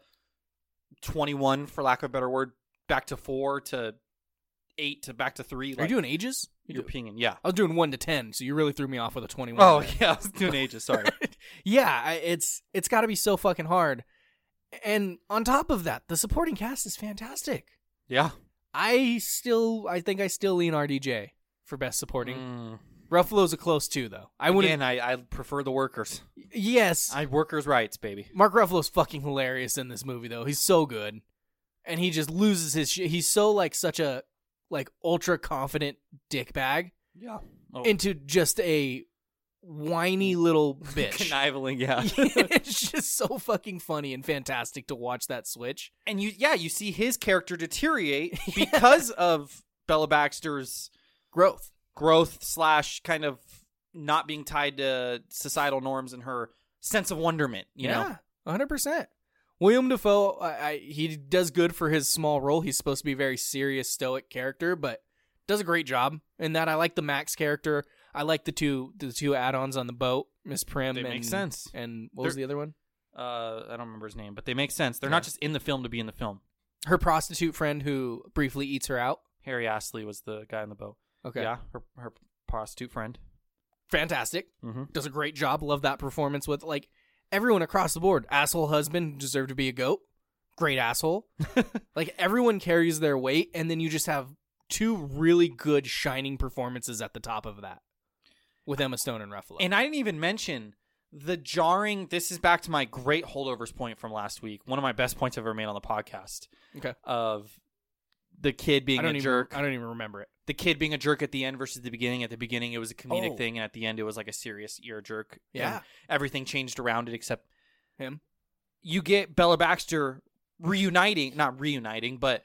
S1: twenty one, for lack of a better word, back to four to eight to back to three.
S2: are you doing ages You
S1: your
S2: do-
S1: opinion? Yeah.
S2: i was doing one to ten so you really threw me off with a 21
S1: Oh
S2: there.
S1: yeah, I was doing ages. Sorry.
S2: yeah I, it's it's got to be so fucking hard and on top of that the supporting cast is fantastic
S1: yeah.
S2: i still i think i still lean rdj for best supporting
S1: Mm.
S2: ruffalo's a close two though i wouldn't
S1: Again, I, I prefer the workers.
S2: yes
S1: I workers' rights, baby.
S2: Mark Ruffalo's fucking hilarious in this movie though. He's so good. And he just loses his shit. He's so like such a like ultra confident dickbag
S1: Yeah. Oh.
S2: into just a
S1: Mm.
S2: whiny little bitch.
S1: Conniving, yeah.
S2: it's just so fucking funny and fantastic to watch that switch.
S1: and you yeah you see his character deteriorate because of bella baxter's
S2: Growth.
S1: growth slash kind of not being tied to societal norms and her sense of wonderment you know
S2: yeah, 100%. William Defoe, I, I, he does good for his small role. He's supposed to be a very serious, stoic character, but does a great job in that. I like the Max character. I like the two the two add-ons on the boat, Miss Prim.
S1: They
S2: and,
S1: make sense.
S2: And what was
S1: They're-
S2: the other one?
S1: uh i don't remember his name but they make sense they're not just in the film to be in the film
S2: Her prostitute friend who briefly eats her out.
S1: harry astley was the guy in the boat
S2: Okay,
S1: yeah her, her prostitute friend
S2: fantastic.
S1: mm-hmm.
S2: Does a great job. Love that performance with like everyone across the board. Asshole husband deserved to be a goat. Great asshole. Like everyone carries their weight, and then you just have two really good shining performances at the top of that with Emma Stone and Ruffalo.
S1: and i didn't even mention the jarring this is back to my great holdovers point from last week one of my best points i've ever made on the podcast
S2: okay,
S1: of the kid being
S2: I don't
S1: a
S2: even
S1: jerk
S2: I don't even remember it.
S1: the kid being a jerk at the end versus the beginning. At the beginning, it was a comedic
S2: Oh.
S1: thing, and at the end, it was like a serious ear jerk.
S2: Yeah.
S1: And everything changed around it except
S2: Him.
S1: you get Bella Baxter reuniting, not reuniting, but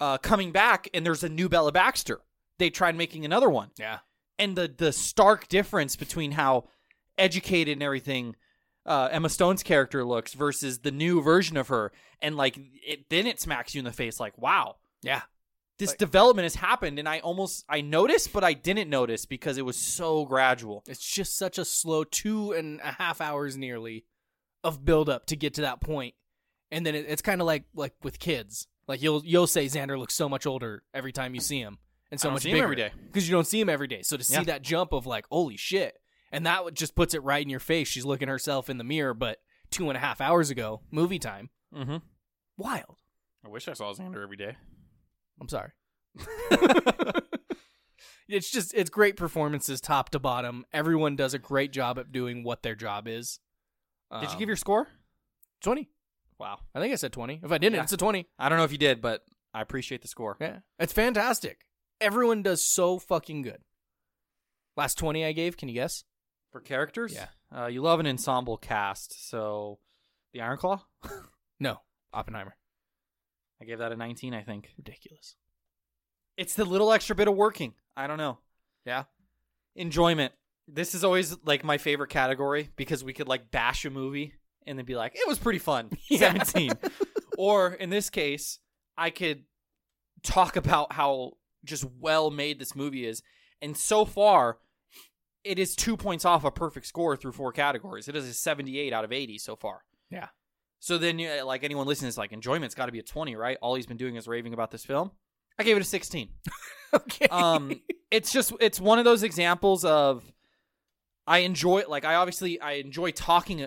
S1: uh, coming back, and there's a new Bella Baxter. They tried making another one,
S2: Yeah.
S1: and the the stark difference between how educated and everything uh, Emma Stone's character looks versus the new version of her, and like it, then it smacks you in the face, like wow,
S2: Yeah.
S1: this
S2: Like-
S1: development has happened and i almost i noticed but i didn't notice because it was so gradual
S2: It's just such a slow two and a half hours nearly of build up to get to that point, and then it, it's kind of like like with kids. Like you'll you'll say Xander looks so much older every time you see him, and
S1: I
S2: so
S1: don't
S2: much
S1: see him
S2: bigger
S1: every day.
S2: because you don't see him every day. So to see
S1: Yeah.
S2: that jump of like holy shit, and that would- just puts it right in your face. She's looking herself in the mirror, but two and a half hours ago, movie time,
S1: mm-hmm
S2: wild.
S1: i wish i saw xander every day
S2: I'm sorry. it's just it's great performances top to bottom. Everyone does a great job at doing what their job is.
S1: did you
S2: Um,
S1: give your score
S2: twenty?
S1: wow
S2: I think I said twenty. If I didn't,
S1: Yeah.
S2: it's a twenty.
S1: i don't know if you did but i appreciate the score
S2: Yeah, it's fantastic. Everyone does so fucking good. Last twenty I gave. Can you guess?
S1: for characters.
S2: Yeah.
S1: uh, you love an ensemble cast. So, the Iron Claw,
S2: No, Oppenheimer.
S1: I gave that a 19. I think
S2: Ridiculous.
S1: it's the little extra bit of working. I don't know.
S2: Yeah.
S1: enjoyment. This is always like my favorite category because we could like bash a movie and then be like, it was pretty fun. 17. or in this case, I could talk about how just well made this movie is. And so far, it is two points off a perfect score through four categories. It is a 78 out of 80 so far.
S2: Yeah.
S1: So then, you like anyone listening is like, enjoyment's got to be a 20, right? All he's been doing is raving about this film. I gave it a 16
S2: Okay.
S1: um it's just it's one of those examples of i enjoy like i obviously i enjoy talking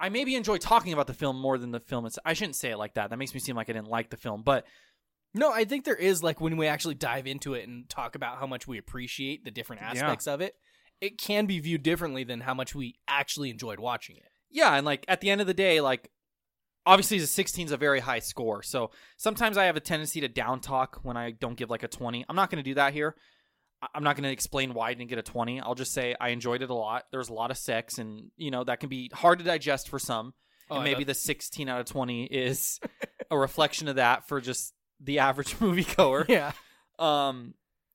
S1: i maybe enjoy talking about the film more than the film itself i shouldn't say it like that that makes me seem like i didn't like the film but
S2: No, I think there is like when we actually dive into it and talk about how much we appreciate the different
S1: Yeah.
S2: aspects of it, it can be viewed differently than how much we actually enjoyed watching it.
S1: yeah and like at the end of the day like obviously the 16 is a very high score so sometimes i have a tendency to down talk when i don't give like a 20 i'm not going to do that here I- i'm not going to explain why i didn't get a 20 i'll just say i enjoyed it a lot there's a lot of sex and you know that can be hard to digest for some
S2: Oh,
S1: and maybe the 16 out of 20 is a reflection of that for just the average moviegoer.
S2: yeah,
S1: Um,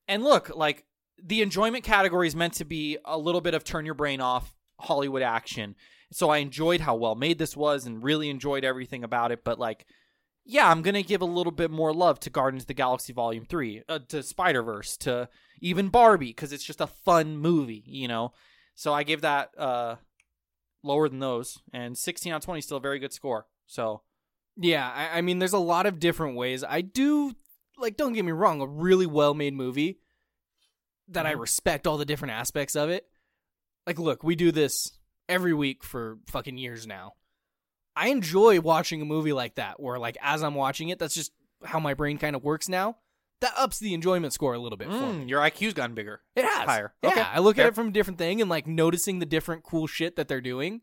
S1: and look, like the enjoyment category is meant to be a little bit of turn your brain off Hollywood action. So I enjoyed how well made this was and really enjoyed everything about it. But like, yeah, I'm gonna give a little bit more love to Guardians of the Galaxy Volume Three, uh, to Spider Verse, to even Barbie because it's just a fun movie, you know. So I give that uh lower than those, and 16 out of 20 is still a very good score. So
S2: yeah. I, I mean, there's a lot of different ways. I do like. Don't get me wrong. A really well made movie that I respect all the different aspects of it. Like, look, we do this every week for fucking years now. I enjoy watching a movie like that, where like as I'm watching it, that's just how my brain kind of works now. That ups the enjoyment score a little bit for me.
S1: mm, your IQ's gotten bigger.
S2: It has
S1: Higher.
S2: Yeah,
S1: Okay.
S2: I look
S1: Fair.
S2: at it from a different thing and like noticing the different cool shit that they're doing,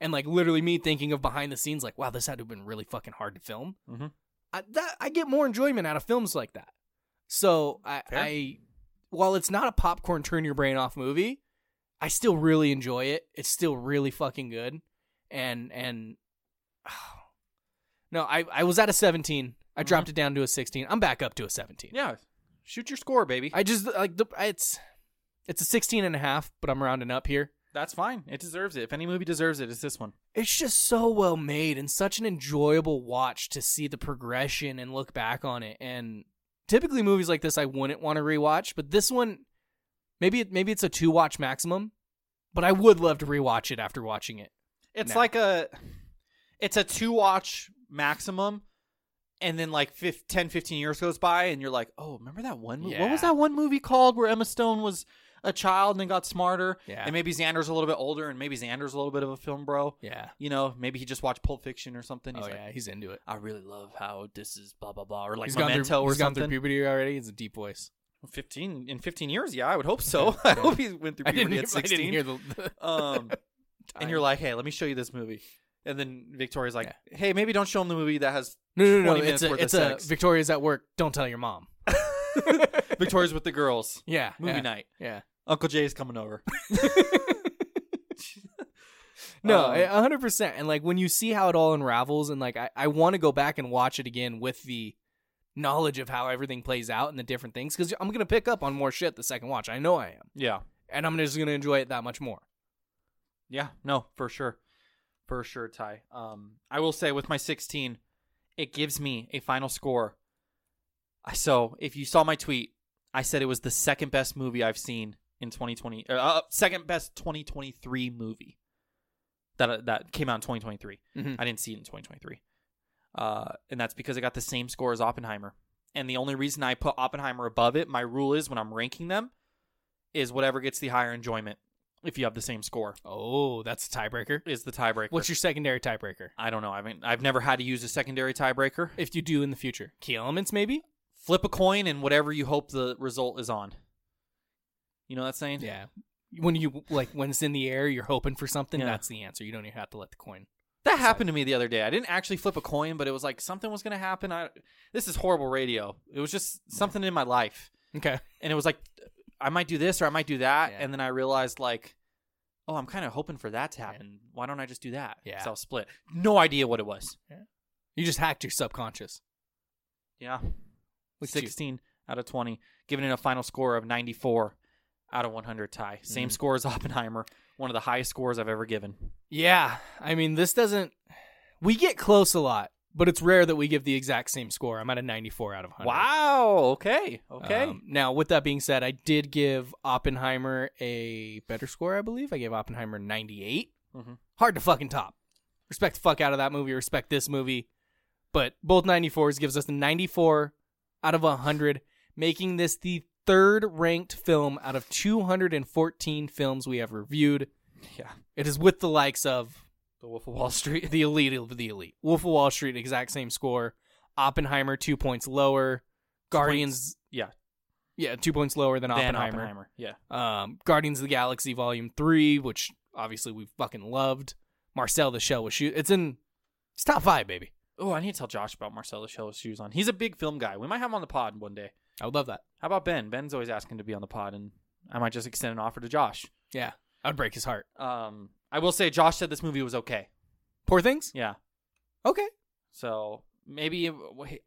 S2: and like literally me thinking of behind the scenes, like, wow, this had to have been really fucking hard to film.
S1: Mhm.
S2: I, that I get more enjoyment out of films like that. So I,
S1: Fair.
S2: I, while it's not a popcorn turn your brain off movie, I still really enjoy it. It's still really fucking good, and and no, I I was at a seventeen. I dropped it down to a sixteen. I'm back up to a seventeen.
S1: Yeah, shoot your score, baby.
S2: I just like the it's it's a 16 and a half, but I'm rounding up here.
S1: That's fine. It deserves it. If any movie deserves it, it's this one.
S2: It's just so well made and such an enjoyable watch to see the progression and look back on it. And typically movies like this I wouldn't want to rewatch, but this one maybe it maybe it's a two watch maximum, but I would love to rewatch it after watching it.
S1: It's
S2: No.
S1: like a it's a two watch maximum and then like fif- 10 15 years goes by and you're like, "Oh, remember that one movie? What was
S2: Yeah.
S1: that one movie called where Emma Stone was a child and then got smarter?
S2: Yeah.
S1: And maybe Xander's a little bit older and maybe Xander's a little bit of a film bro.
S2: Yeah.
S1: You know, maybe he just watched Pulp Fiction or something.
S2: Oh
S1: He's like,
S2: yeah, he's into it.
S1: I really love how this is blah blah blah or like
S2: He's gone,
S1: Memento
S2: through,
S1: or
S2: he's gone
S1: something.
S2: through puberty already. It's a deep voice.
S1: 15 in 15 years, yeah, I would hope so. I hope he went through
S2: I didn't,
S1: puberty
S2: hear,
S1: at
S2: I
S1: 16.
S2: didn't hear the, the
S1: um and you're
S2: time.
S1: like, hey, let me show you this movie. And then Victoria's like, hey, maybe don't show him the movie that has
S2: no, no, no,
S1: 20
S2: no.
S1: minutes
S2: It's a,
S1: worth of
S2: it's a
S1: sex.
S2: Victoria's at work. Don't tell your mom.
S1: Victoria's with the girls.
S2: Yeah,
S1: Movie
S2: yeah,
S1: night.
S2: Yeah.
S1: Uncle Jay's coming over.
S2: No,
S1: Um,
S2: a hundred percent. And like when you see how it all unravels, and like I, I want to go back and watch it again with the knowledge of how everything plays out and the different things, because I'm gonna pick up on more shit the second watch. I know I am,
S1: Yeah.
S2: and I'm just gonna enjoy it that much more.
S1: Yeah. No, for sure. For sure, Ty. Um, I will say with my 16, it gives me a final score. I- So if you saw my tweet, I said it was the second best movie I've seen in 2020, uh, uh, second best 2023 movie that uh, that came out in 2023.
S2: Mhm.
S1: I didn't see it in 2023, uh, and that's because I got the same score as Oppenheimer. And the only reason I put Oppenheimer above it, my rule is when I'm ranking them, is whatever gets the higher enjoyment. If you have the same score,
S2: Oh, that's a tiebreaker.
S1: is the tiebreaker.
S2: What's your secondary tiebreaker?
S1: I don't know. I haven't. I've never had to use a secondary tiebreaker.
S2: If you do in the future, key elements maybe.
S1: Flip a coin and whatever you hope the result is on. You know that saying?
S2: Yeah, when you like when it's in the air, you're hoping for something.
S1: Yeah.
S2: That's the answer. You don't even have to let the coin.
S1: That happened to me the other day. I didn't actually flip a coin, but it was like something was going to happen. I, this is horrible radio. It was just something in my life,
S2: Okay.
S1: and it was like I might do this or I might do that,
S2: Yeah.
S1: and then I realized like, oh, I'm kind of hoping for that to happen. Why don't I just do that?
S2: Yeah.
S1: So I'll split. No idea what it was.
S2: You just hacked your subconscious.
S1: Yeah.
S2: Look at you.
S1: 16 out of 20, giving it a final score of 94 out of 100 tie. Same score as Oppenheimer, one of the highest scores I've ever given.
S2: Yeah, I mean, this doesn't. We get close a lot, but it's rare that we give the exact same score. I'm at a 94 out of 100.
S1: Wow. Okay. Okay.
S2: Um, now, with that being said, I did give Oppenheimer a better score, I believe. I gave Oppenheimer 98.
S1: Mhm.
S2: Hard to fucking top. Respect the fuck out of that movie. Respect this movie. But both 94s gives us a 94 out of 100, making this the third ranked film out of 214 films we have reviewed.
S1: yeah.
S2: It is with the likes of
S1: The Wolf of Wall Street.
S2: the elite of the elite. Wolf of Wall Street, exact same score. Oppenheimer, two points lower. Guardians,
S1: Yeah.
S2: yeah, two points lower than
S1: Then
S2: Oppenheimer.
S1: Oppenheimer. Yeah.
S2: Um, Guardians of the Galaxy Volume Three, which obviously we fucking loved. Marcel the Shell was shoot. It's in it's top five, baby.
S1: Oh, I need to tell Josh about Marcelo Shell's shoes on. He's a big film guy. We might have him on the pod one day.
S2: I would love that.
S1: How about Ben? Ben's always asking to be on the pod, and I might just extend an offer to Josh.
S2: Yeah, I'd break his heart.
S1: Um, I will say Josh said this movie was okay.
S2: Poor things.
S1: Yeah.
S2: Okay,
S1: So maybe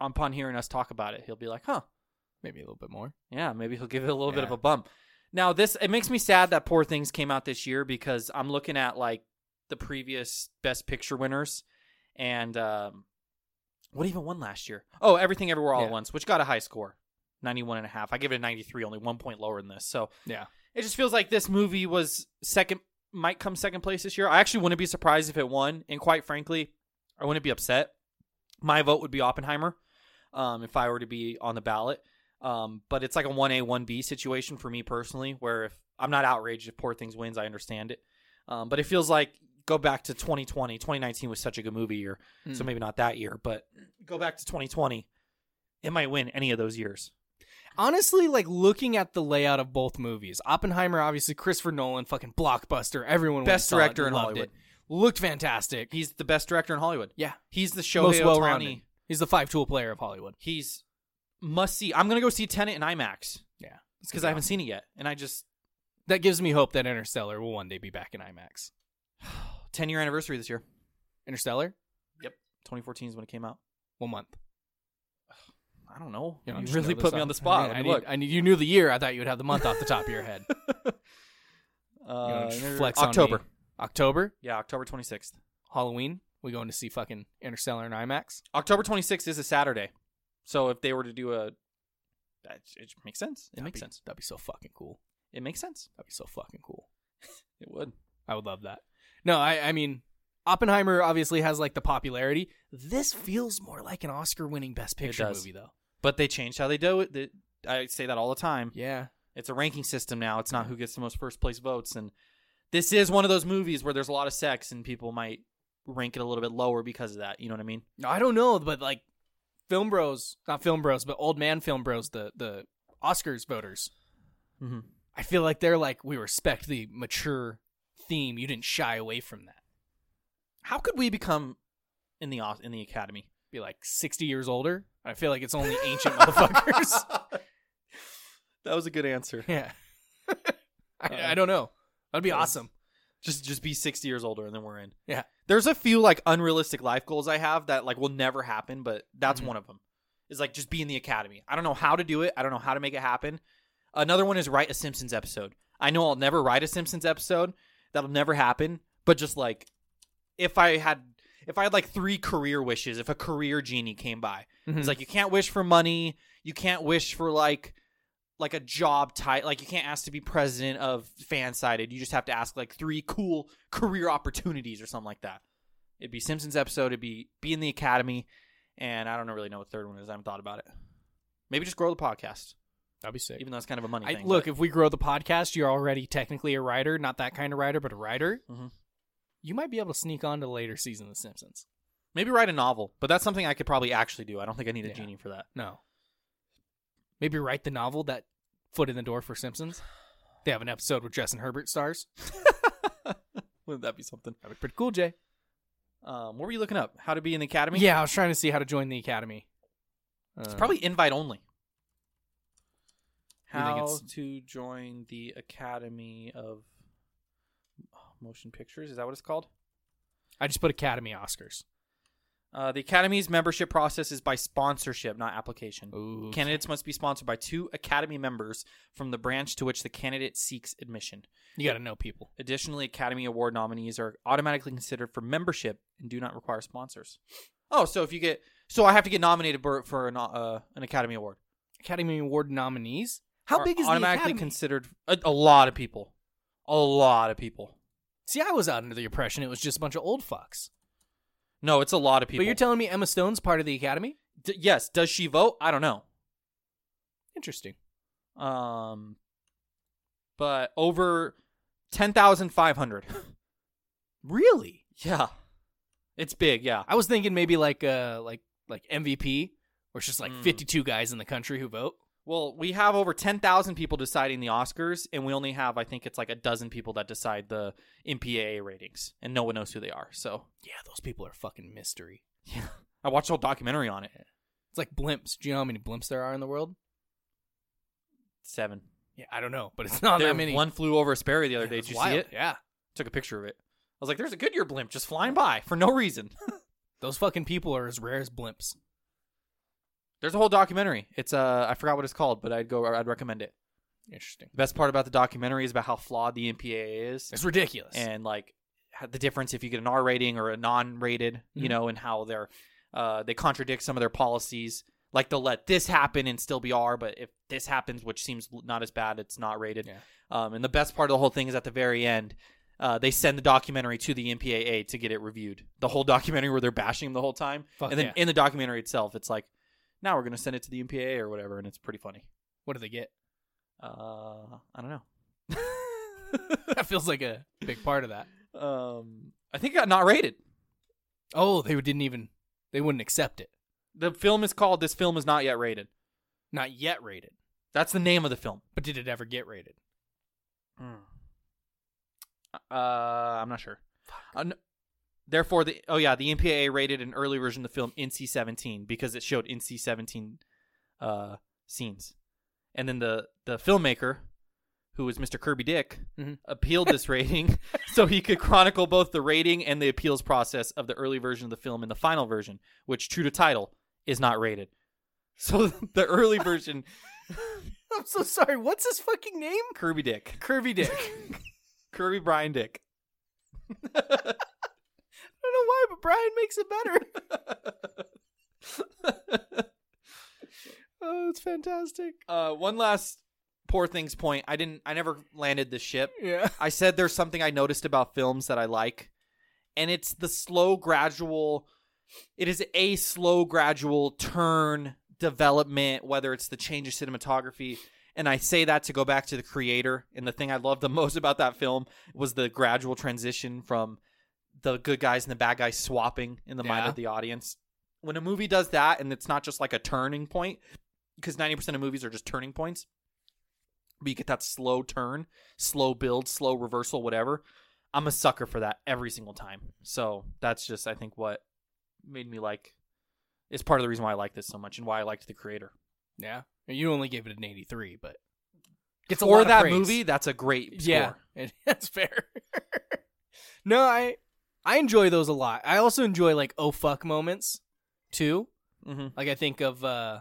S1: upon hearing us talk about it, he'll be like, huh,
S2: maybe a little bit more.
S1: yeah, maybe he'll give it a little bit of
S2: Yeah.
S1: a bump. Now, this, it makes me sad that Poor Things came out this year because I'm looking at like the previous Best Picture winners and um, what even won last year? Oh, Everything Everywhere All at
S2: Yeah.
S1: Once, which got a high score. 91 and a half. I give it a 93, only one point lower than this. So
S2: Yeah,
S1: it just feels like this movie was second might come second place this year. I actually wouldn't be surprised if it won, and quite frankly, I wouldn't be upset. My vote would be Oppenheimer, um, if I were to be on the ballot. Um, but it's like a one A one B situation for me personally, where if I'm not outraged if Poor Things wins, I understand it. Um, but it feels like go back to 2020. 2019 was such a good movie year,
S2: Hmm.
S1: so maybe not that year, but go back to 2020. It might win any of those years.
S2: honestly, like looking at the layout of both movies, Oppenheimer, obviously Christopher Nolan, fucking blockbuster. Everyone went and
S1: Best
S2: saw it,
S1: director in
S2: loved
S1: Hollywood.
S2: It. Looked fantastic.
S1: He's the best director in Hollywood.
S2: yeah,
S1: He's the Shohei
S2: most well
S1: Ohtani.
S2: rounded. He's the five tool player of Hollywood.
S1: He's must see. I'm gonna go see Tenet in IMAX
S2: Yeah, it's
S1: because I haven't seen it yet, and I just
S2: That gives me hope that Interstellar will one day be back in IMAX.
S1: 10 year anniversary this year.
S2: Interstellar,
S1: 2014 is when it came out.
S2: one month.
S1: I don't know.
S2: You
S1: You,
S2: know, just
S1: really
S2: know
S1: put
S2: this
S1: me
S2: off-
S1: on the spot.
S2: I,
S1: Let
S2: need-
S1: me look.
S2: I need- you knew the year. I thought you would have the month off the top of your head.
S1: Uh,
S2: You know,
S1: inter-
S2: flex on me.
S1: October.
S2: October,
S1: Yeah, October 26th.
S2: Halloween. We going to see fucking Interstellar in IMAX.
S1: October 26th is a Saturday, so if they were to do a, that, it makes sense. It
S2: That'd
S1: makes
S2: be-
S1: sense.
S2: That'd be so fucking cool.
S1: It makes sense.
S2: That'd be so fucking cool.
S1: It would.
S2: I would love that. No, I, I mean, Oppenheimer obviously has like the popularity. This feels more like an Oscar-winning Best Picture
S1: does.
S2: movie, though.
S1: But they changed how they do it. They- I say that all the time.
S2: Yeah,
S1: It's a ranking system now. It's not who gets the most first place votes. And this is one of those movies where there's a lot of sex and people might rank it a little bit lower because of that. You know what I mean?
S2: No, I don't know, but like Film Bros, not Film Bros, but Old Man Film Bros, the the Oscars voters.
S1: Mhm.
S2: I feel like they're like we respect the mature theme. You didn't shy away from that.
S1: How could we become in the Os- in the Academy?
S2: Be like sixty years older. I feel like it's only ancient motherfuckers.
S1: That was a good answer.
S2: Yeah, I, I don't know. That'd be
S1: That was-
S2: awesome.
S1: Just just be 60 years older and then we're in.
S2: Yeah.
S1: There's a few like unrealistic life goals I have that like will never happen, but that's one of them. Is like just be in the academy. I don't know how to do it. I don't know how to make it happen. Another one is write a Simpsons episode. I know I'll never write a Simpsons episode. That'll never happen. But just like if I had if I had like three career wishes, if a career genie came by,
S2: Mhm.
S1: it's like you can't wish for money, you can't wish for like like a job type, like you can't ask to be president of Fansided. You just have to ask like three cool career opportunities or something like that. It'd be Simpsons episode. It'd be be in the academy, and I don't know- really know what the third one is. I haven't thought about it. Maybe just grow the podcast,
S2: That'd be sick.
S1: even though it's kind of a money
S2: I,
S1: thing.
S2: look,
S1: but-
S2: if we grow the podcast, you're already technically a writer, not that kind of writer, but a writer.
S1: Mhm.
S2: You might be able to sneak on to later season of The Simpsons.
S1: maybe write a novel, but that's something I could probably actually do. I don't think I need a
S2: Yeah.
S1: genie for that.
S2: No. Maybe write the novel that Foot in the Door for Simpsons. They have an episode with Justin Herbert stars.
S1: Wouldn't that be something?
S2: That'd be pretty cool, Jay.
S1: Um, what were you looking up? How to be in the academy?
S2: yeah, I was trying to see how to join the academy.
S1: It's probably invite only.
S2: You think
S1: How
S2: it's-
S1: to join the Academy of Motion Pictures. Is that what it's called?
S2: I just put Academy Oscars.
S1: Uh, the Academy's membership process is by sponsorship, not application.
S2: Ooh.
S1: Candidates must be sponsored by two Academy members from the branch to which the candidate seeks admission.
S2: You got to know people.
S1: Additionally, Academy Award nominees are automatically considered for membership and do not require sponsors. Oh, so if you get, so I have to get nominated for, for an, uh, an Academy Award.
S2: Academy Award nominees. How
S1: Are
S2: big is
S1: automatically
S2: the Academy?
S1: considered a, a lot of people, a lot of people.
S2: See, I was under the impression it was just a bunch of old fucks.
S1: No, it's a lot of people.
S2: But you're telling me Emma Stone's part of the Academy?
S1: D- yes, does she vote? I don't know.
S2: Interesting.
S1: Um, but over ten thousand five hundred.
S2: Really?
S1: yeah, it's big. Yeah,
S2: I was thinking maybe like uh like like MVP, where it's just like
S1: Mm.
S2: 52 guys in the country who vote.
S1: Well, we have over 10,000 people deciding the Oscars, and we only have, I think it's like a dozen people that decide the MPAA ratings, and no one knows who they are. So,
S2: Yeah, those people are fucking mystery.
S1: yeah. I watched a whole documentary on it.
S2: It's like blimps. Do you know how many blimps there are in the world?
S1: Seven.
S2: Yeah, I don't know, but it's not
S1: There-
S2: that many.
S1: One flew over Asperia the other day.
S2: It's
S1: Did you
S2: wild.
S1: see it?
S2: Yeah.
S1: Took a picture of it. I was like, there's a Goodyear blimp just flying by for no reason.
S2: Those fucking people are as rare as blimps.
S1: there's a whole documentary. It's, uh, I forgot what it's called, but I'd go, I'd recommend it.
S2: Interesting.
S1: The best part about the documentary is about how flawed the MPAA is.
S2: It's ridiculous.
S1: and like ha- the difference if you get an R rating or a non-rated, you
S2: Mhm.
S1: know, and how they're uh, they contradict some of their policies. Like they'll let this happen and still be R, but if this happens, which seems l- not as bad, it's not rated.
S2: Yeah.
S1: Um, and the best part of the whole thing is at the very end, uh, they send the documentary to the MPAA to get it reviewed. The whole documentary where they're bashing them the whole time,
S2: Fuck
S1: and then
S2: yeah.
S1: in the documentary itself, it's like, now we're gonna send it to the MPAA or whatever, and it's pretty funny.
S2: what do they get?
S1: Uh, I don't know.
S2: that feels like a big part of that.
S1: Um, I think it got not rated.
S2: Oh, they didn't even they wouldn't accept it.
S1: The film is called This Film Is Not Yet Rated.
S2: Not yet rated.
S1: That's the name of the film.
S2: But did it ever get rated?
S1: Uh, I'm not sure. Uh, n- therefore, the oh yeah, the MPAA rated an early version of the film NC-17 because it showed NC-17 uh, scenes, and then the the filmmaker, who was Mr. Kirby Dick,
S2: Mhm.
S1: appealed this rating so he could chronicle both the rating and the appeals process of the early version of the film and the final version, which, true to title, is not rated. So the early version,
S2: I'm so sorry. What's his fucking name?
S1: Kirby Dick.
S2: Curvy Dick. I don't
S1: Kirby Brian Dick.
S2: know why, but Brian makes it better. oh, that's fantastic.
S1: Uh, one last poor things point. I didn't. I never landed the ship.
S2: Yeah.
S1: I said there's something I noticed about films that I like, and it's the slow, gradual. It is a slow, gradual turn development, whether it's the change of cinematography. And I say that to go back to the creator. And the thing I loved the most about that film was the gradual transition from the good guys and the bad guys swapping in the mind
S2: Yeah.
S1: of the audience. When a movie does that, and it's not just like a turning point, because 90% of movies are just turning points, but you get that slow turn, slow build, slow reversal, whatever. I'm a sucker for that every single time. So that's just, I think, what made me like is part of the reason why I like this so much and why I liked the creator.
S2: Yeah. You only gave it an 83, but gets
S1: For
S2: lot of
S1: that
S2: praise.
S1: movie, that's a great score.
S2: Yeah, it- that's fair. no, I I enjoy those a lot. I also enjoy like oh fuck moments too.
S1: Mm-hmm.
S2: Like I think of uh,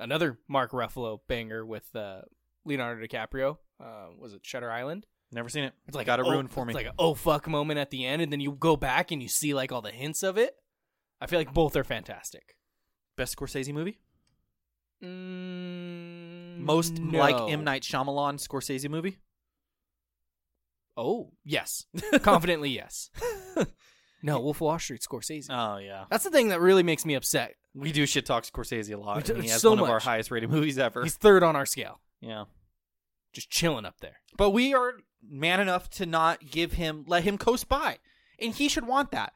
S2: another Mark Ruffalo banger with uh, Leonardo DiCaprio. Uh, was it Shutter Island?
S1: Never seen it.
S2: It's like
S1: got
S2: a
S1: it ruined
S2: oh,
S1: for me.
S2: It's like a oh fuck moment at the end, and then you go back and you see like all the hints of it. I feel like both are fantastic.
S1: Best Scorsese movie?
S2: Mm,
S1: Most like
S2: no.
S1: M Night Shyamalan Scorsese movie?
S2: Oh yes, confidently yes. No, Wolf of Wall Street Scorsese.
S1: Oh yeah.
S2: That's the thing that really makes me upset.
S1: We do shit talk Scorsese a
S2: We
S1: lot.
S2: do-
S1: and he has
S2: so
S1: one of our
S2: much.
S1: highest rated movies ever.
S2: He's third on our scale,
S1: yeah.
S2: just chilling up there.
S1: But we are man enough to not give him, let him coast by. And he should want that.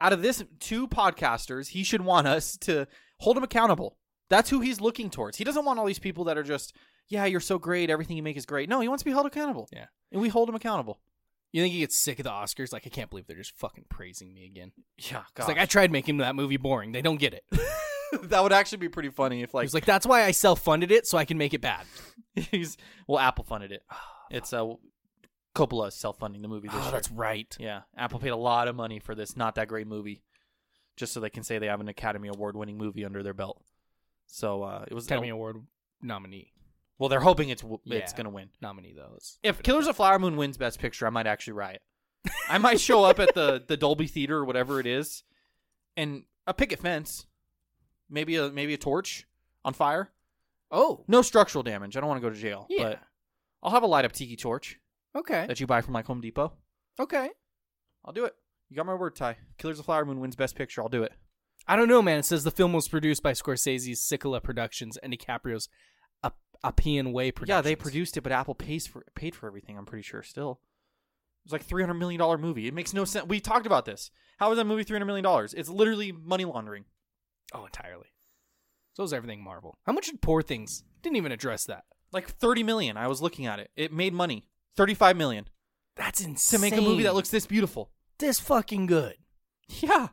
S1: Out of this two podcasters, he should want us to hold him accountable. That's who he's looking towards. He doesn't want all these people that are just, yeah, you're so great. Everything you make is great. No, he wants to be held accountable.
S2: Yeah.
S1: And we hold him accountable.
S2: You think he gets sick of the Oscars? Like I can't believe they're just fucking praising me again.
S1: Yeah.
S2: It's like I tried making that movie boring. They don't get it.
S1: that would actually be pretty funny if, like,
S2: He's like that's why I self funded it so I can make it bad.
S1: he's, well, Apple funded it. It's a Coppola is uh, self-funding the movie this
S2: Oh,
S1: year.
S2: that's right.
S1: Yeah, Apple paid a lot of money for this not that great movie, just so they can say they have an Academy Award-winning movie under their belt. So uh, it was
S2: Academy Award nominee.
S1: Well, they're hoping it's w it's
S2: Yeah.
S1: gonna win.
S2: Nominee though. It's-
S1: If Killers of Flower Moon wins Best Picture, I might actually riot. I might show up at the the Dolby Theater or whatever it is, and a picket fence, maybe a maybe a torch on fire.
S2: Oh.
S1: No structural damage. I don't want to go to jail,
S2: Yeah.
S1: but I'll have a light up tiki torch
S2: okay.
S1: that you buy from like Home Depot.
S2: Okay.
S1: I'll do it. You got my word, Ty. Killers of Flower Moon wins Best Picture. I'll do it.
S2: I don't know, man. It says the film was produced by Scorsese's Sicula Productions and DiCaprio's Ap- Appian Way Productions.
S1: Yeah, they produced it, but Apple pays for paid for everything. I'm pretty sure still. It was like three hundred million dollar movie. It makes no sense. We talked about this. How is that movie three hundred million dollars? It's literally money laundering.
S2: Oh, entirely. So is everything Marvel. How much did Poor Things? Didn't even address that.
S1: Like thirty million. I was looking at it. It made money. Thirty five million
S2: That's
S1: to
S2: insane.
S1: make a movie that looks this beautiful.
S2: this fucking good.
S1: Yeah,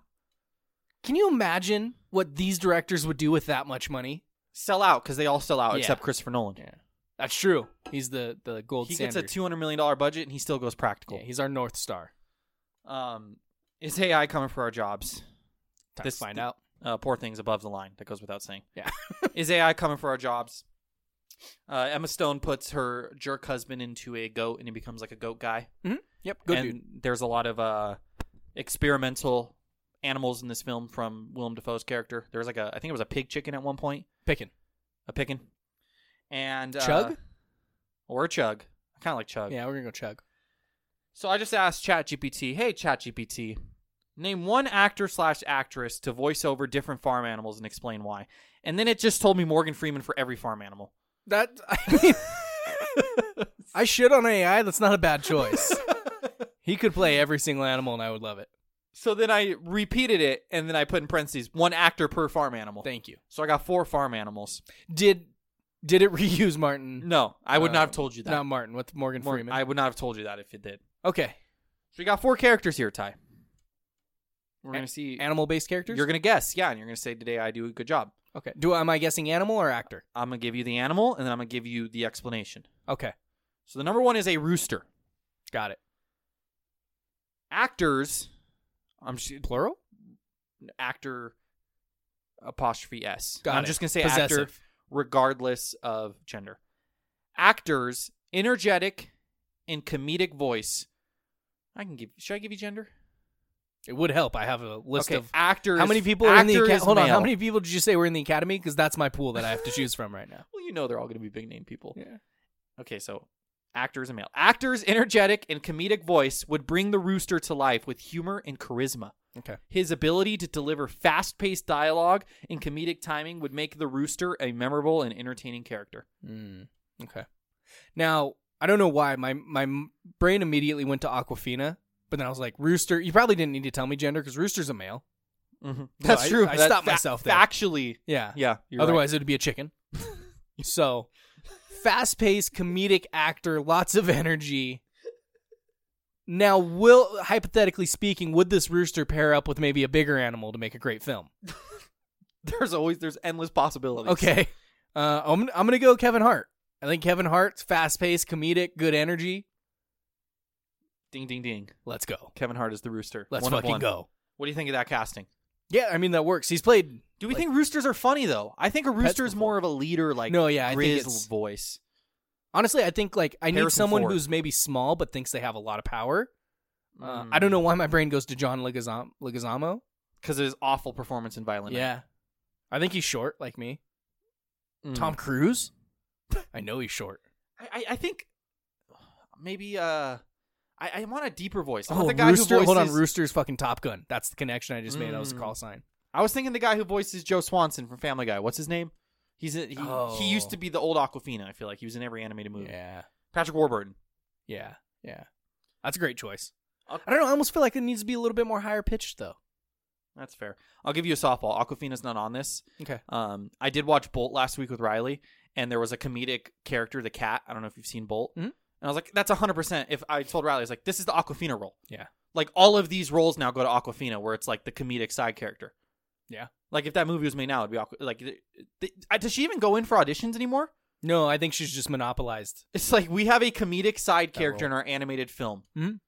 S2: Can you imagine what these directors would do with that much money?
S1: sell out because they all sell out
S2: Yeah.
S1: except Christopher Nolan.
S2: That's true. He's the the gold
S1: He
S2: standard.
S1: gets a two hundred million dollar budget and he still goes practical.
S2: Yeah, he's our north star.
S1: um, is AI coming for our jobs?
S2: Time
S1: This-
S2: to find out.
S1: Uh, poor things above the line. That goes without saying.
S2: Yeah.
S1: is AI coming for our jobs? Uh, Emma Stone puts her jerk husband into a goat, and he becomes like a goat guy.
S2: Yep. Good
S1: and
S2: dude.
S1: there's a lot of uh, experimental animals in this film from Willem Dafoe's character. There was like a, I think it was a pig chicken at one point,
S2: Picking.
S1: a pickin, and uh,
S2: Chug?
S1: or a chug. I kind of like chug.
S2: Yeah, we're gonna go chug.
S1: So I just asked ChatGPT, "Hey ChatGPT, name one actor slash actress to voice over different farm animals and explain why." And then it just told me Morgan Freeman for every farm animal.
S2: That I mean, I shit on AI. That's not a bad choice. he could play every single animal, and I would love it.
S1: So then I repeated it, and then I put in parentheses one actor per farm animal.
S2: Thank you.
S1: So I got four farm animals.
S2: Did did it reuse Martin?
S1: No, I would
S2: Uh,
S1: not have told you that.
S2: Not Martin. With Morgan
S1: Mor-
S2: Freeman.
S1: I would not have told you that if it did.
S2: okay.
S1: So we got four characters here, Ty. We're
S2: A-
S1: gonna see.
S2: Animal based characters.
S1: You're gonna guess, yeah, and you're gonna say today I do a good job.
S2: okay. Do am I guessing animal or actor?
S1: I'm gonna give you the animal, and then I'm gonna give you the explanation.
S2: Okay.
S1: So the number one is a rooster.
S2: Got it.
S1: Actors, I'm just,
S2: Plural.
S1: actor apostrophe s.
S2: Got
S1: am
S2: it.
S1: just gonna say actor,
S2: Possessive.
S1: regardless of gender. Actors, energetic and comedic voice. I can give. Should I give you gender?
S2: It would help. I have a list
S1: okay,
S2: of
S1: actors.
S2: how many people are
S1: actor
S2: in the academy.
S1: is
S2: Hold on. How
S1: male.
S2: many people did you say were in the academy? Because that's my pool that I have to choose from right now.
S1: Well, you know they're all going to be big name people.
S2: Yeah.
S1: Okay, so actors and male. Actors, energetic and comedic voice would bring the rooster to life with humor and charisma.
S2: Okay.
S1: His ability to deliver fast paced dialogue and comedic timing would make the rooster a memorable and entertaining character.
S2: Mm, okay. Now I don't know why my my m- brain immediately went to Aquafina, but then I was like, Rooster. You probably didn't need to tell me gender because Rooster's a male.
S1: That's
S2: I-
S1: true.
S2: I
S1: That
S2: stopped
S1: fa-
S2: myself there.
S1: Factually,
S2: Yeah.
S1: yeah. you're right.
S2: Otherwise, it would be a chicken. so, fast paced comedic actor, lots of energy. Now, will hypothetically speaking, would this rooster pair up with maybe a bigger animal to make a great film?
S1: there's always there's endless possibilities.
S2: Okay, uh, I'm I'm gonna go Kevin Hart. I think Kevin Hart's fast paced, comedic, good energy.
S1: Ding ding ding.
S2: Let's go.
S1: Kevin Hart is the rooster.
S2: Let's
S1: One of
S2: fucking
S1: one.
S2: go.
S1: What do you think of that casting?
S2: Yeah, I mean that works. He's played.
S1: Do we think roosters are funny though? I think a rooster is
S2: before.
S1: more of a leader, like
S2: No, yeah, I think
S1: grizz
S2: it's-
S1: voice.
S2: Honestly, I think like I need
S1: Harrison
S2: someone
S1: Ford.
S2: who's maybe small but thinks they have a lot of power. Uh,
S1: Hmm.
S2: I don't know why my brain goes to John Leguizam- Leguizamo.
S1: because of his awful performance in Violent.
S2: Yeah. I think he's short, like me.
S1: Night. Mm.
S2: Tom Cruise? I know he's short.
S1: I, I- I think maybe uh, I, I want a deeper voice. I want
S2: Oh,
S1: the guy
S2: Rooster,
S1: who voices,
S2: hold on, Rooster's fucking Top Gun. That's the connection I just made. That was a
S1: Mm.
S2: call sign.
S1: I was thinking the guy who voices Joe Swanson from Family Guy. What's his name? He's a, he,
S2: Oh.
S1: he used to be the old Aquafina. I feel like he was in every animated movie.
S2: Yeah.
S1: Patrick Warburton.
S2: Yeah. Yeah. That's a great choice.
S1: I'll-
S2: I don't know. I almost feel like it needs to be a little bit more higher pitched, though.
S1: That's fair. I'll give you a softball. Aquafina's not on this.
S2: Okay.
S1: Um, I did watch Bolt last week with Riley, and there was a comedic character, the cat. I don't know if you've seen Bolt.
S2: Mhm.
S1: And I was like, that's 100%. If I told Riley, I was like, this is the Aquafina role.
S2: Yeah.
S1: Like, all of these roles now go to Aquafina, where it's like the comedic side character.
S2: Yeah.
S1: Like, if that movie was made now, it'd be Aqu- like, th- th- uh, does she even go in for auditions anymore?
S2: No, I think she's just monopolized.
S1: It's like we have a comedic side character in our animated film.
S2: Mhm.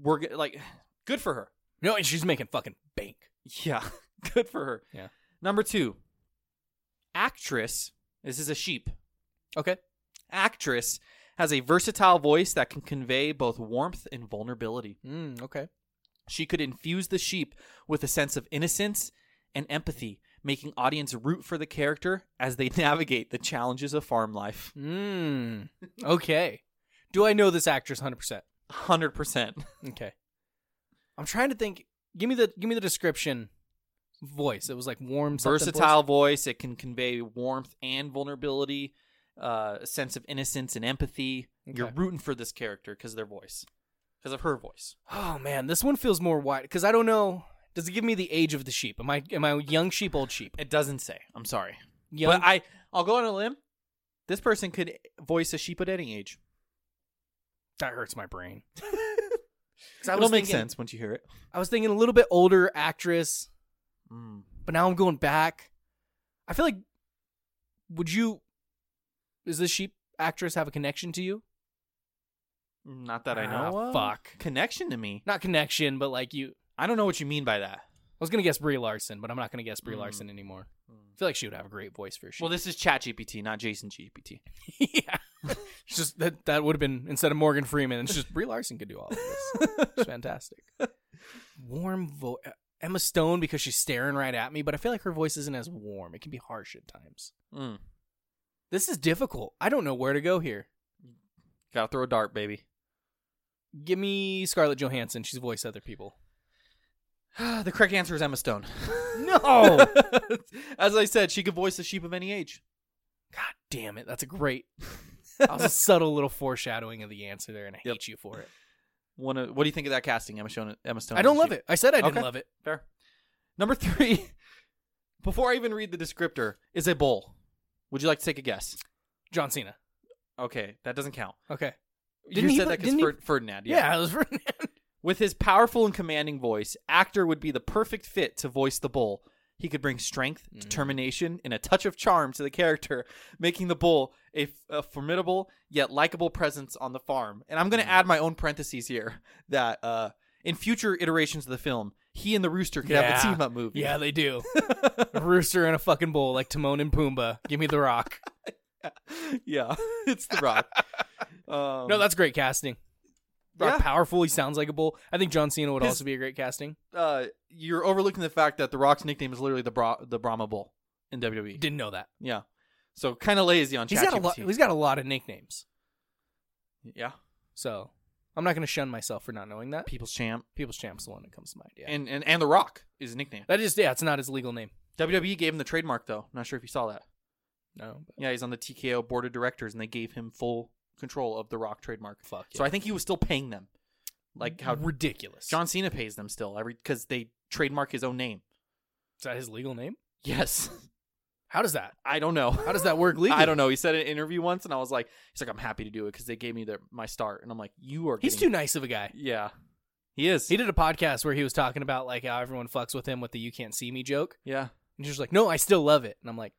S1: We're g- like, good for her.
S2: No, and she's making fucking bank.
S1: Yeah, good for her.
S2: Yeah.
S1: Number two, actress. This is a sheep.
S2: Okay.
S1: Actress has a versatile voice that can convey both warmth and vulnerability.
S2: Mm, okay.
S1: She could infuse the sheep with a sense of innocence and empathy, making audience root for the character as they navigate the challenges of farm life.
S2: Mm, okay. Do I know this actress 100%?
S1: 100%.
S2: Okay. I'm trying to think. Give me the give me the description voice. It was like warm something voice.
S1: Versatile voice, it can convey warmth and vulnerability, uh, a sense of innocence and empathy. You're
S2: Okay.
S1: rooting for this character because of their voice, because of her voice.
S2: Oh man, this one feels more wide cuz I don't know. Does it give me the age of the sheep? Am I am I young sheep, old sheep?
S1: It doesn't say. I'm sorry.
S2: Young,
S1: But I, I'll go on a limb. This person could voice a sheep at any age.
S2: that hurts my brain. 'Cause I
S1: It'll
S2: was
S1: make
S2: thinking-
S1: sense once you hear it.
S2: I was thinking a little bit older actress,
S1: Mm.
S2: but now I'm going back. I feel like would you does this sheep actress have a connection to you?
S1: Not that I
S2: Ah,
S1: know. of.
S2: fuck.
S1: Connection to me.
S2: Not connection, but like you
S1: I don't know what you mean by that.
S2: I was gonna guess Brie Larson, but I'm not gonna guess Brie
S1: Mm.
S2: Larson anymore. I feel like she would have a great voice for a sheep.
S1: Well, this is ChatGPT, not Jason GPT.
S2: yeah. It's just that that would have been instead of Morgan Freeman, it's just Brie Larson could do all of this. It's fantastic. Warm voice. Emma Stone because she's staring right at me, but I feel like her voice isn't as warm. It can be harsh at times.
S1: Mm.
S2: This is difficult. I don't know where to go here.
S1: Gotta throw a dart, baby.
S2: Give me Scarlett Johansson. She's voiced other people.
S1: the correct answer is Emma Stone. Oh!
S2: No.
S1: As I said, she could voice a sheep of any age.
S2: God damn it. That's a great. That was a subtle little foreshadowing of the answer there, and I
S1: Yep.
S2: hate you for it.
S1: One of- what do you think of that casting, Emma Stone? Emma Stone.
S2: I
S1: as
S2: don't
S1: a
S2: love
S1: sheep?
S2: it. I said I didn't
S1: Okay.
S2: love it.
S1: Fair. Number three. Before I even read the descriptor, is a bull. Would you like to take a guess?
S2: John Cena.
S1: Okay, that doesn't count.
S2: Okay.
S1: you
S2: he
S1: said
S2: pl-
S1: that because
S2: didn't he-
S1: Ferdinand.
S2: Yeah, it was Fernando.
S1: With his powerful and commanding voice, actor would be the perfect fit to voice the bull. He could bring strength,
S2: Mm.
S1: determination, and a touch of charm to the character, making the bull a, f- a formidable yet likable presence on the farm. And I'm
S2: Mm.
S1: going to add my own parentheses here that uh, in future iterations of the film, he and the rooster could have a team up movie.
S2: Yeah, they do. a rooster in a fucking bowl like Timon and Pumbaa. Give me the rock.
S1: yeah, it's the rock. um,
S2: No, that's great casting. Rock
S1: yeah.
S2: powerful. He sounds like a bull. I think John Cena would
S1: His-
S2: also be a great casting.
S1: uh, you're overlooking the fact that the Rock's nickname is literally the Bra- the Brahma Bull in WWE.
S2: Didn't know that.
S1: Yeah. So kind of lazy on
S2: He's
S1: ChatGPT.
S2: got a lot. He's got a lot of nicknames.
S1: yeah.
S2: So I'm not going to shun myself for not knowing that.
S1: People's Champ
S2: People's Champ's the one that comes to mind. Yeah.
S1: and, and and The Rock is his nickname.
S2: that is yeah. It's not his legal name.
S1: WWE gave him the trademark though. Not sure if you saw that.
S2: No. but
S1: Yeah, he's on the TKO board of directors and they gave him full control of the Rock trademark.
S2: Fuck.
S1: So I think he was still paying them. Like how
S2: ridiculous.
S1: John Cena pays them still every cuz they trademark his own name.
S2: Is that his legal name?
S1: Yes.
S2: How does that?
S1: I don't know.
S2: How does that work legally?
S1: I don't know. He said in an interview once and I was like he's like I'm happy to do it cuz they gave me their my start and I'm like you are
S2: He's too
S1: getting-
S2: nice of a guy.
S1: Yeah. He is.
S2: He did a podcast where he was talking about like how everyone fucks with him with the "you can't see me" joke.
S1: yeah.
S2: And she's like, no, I still love it. And I'm like,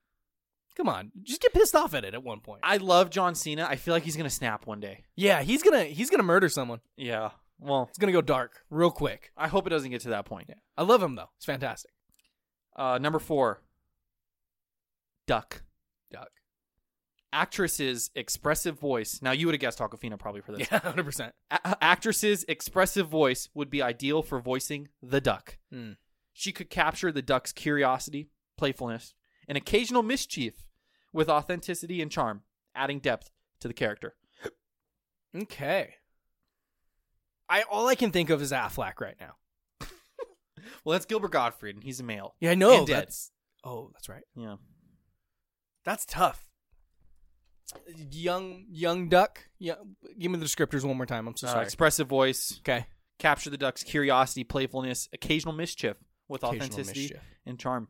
S2: come on, just get pissed off at it at one point.
S1: I love John Cena. I feel like he's going to snap one day.
S2: yeah, he's gonna he's gonna murder someone.
S1: Yeah. Well,
S2: It's gonna go dark real quick.
S1: I hope it doesn't get to that point.
S2: I love him though. It's fantastic.
S1: Uh, number four, Duck.
S2: Duck.
S1: Actress's expressive voice. Now, you would have guessed Aquafina probably for
S2: Yeah,
S1: this.
S2: hundred percent.
S1: A- actress's expressive voice would be ideal for voicing the duck.
S2: Hmm.
S1: She could capture the duck's curiosity, playfulness, and occasional mischief with authenticity and charm, adding depth to the character.
S2: Okay. I all I can think of is Affleck right now.
S1: Well, that's Gilbert Gottfried, and he's a male.
S2: Yeah, I know.
S1: And dead.
S2: That's oh, that's right.
S1: Yeah.
S2: That's tough. Young young duck. Yeah, give me the descriptors one more time. I'm so
S1: Uh,
S2: sorry.
S1: expressive voice,
S2: Okay.
S1: capture the duck's curiosity, playfulness, occasional mischief with
S2: Occasional
S1: authenticity
S2: mischief.
S1: and charm.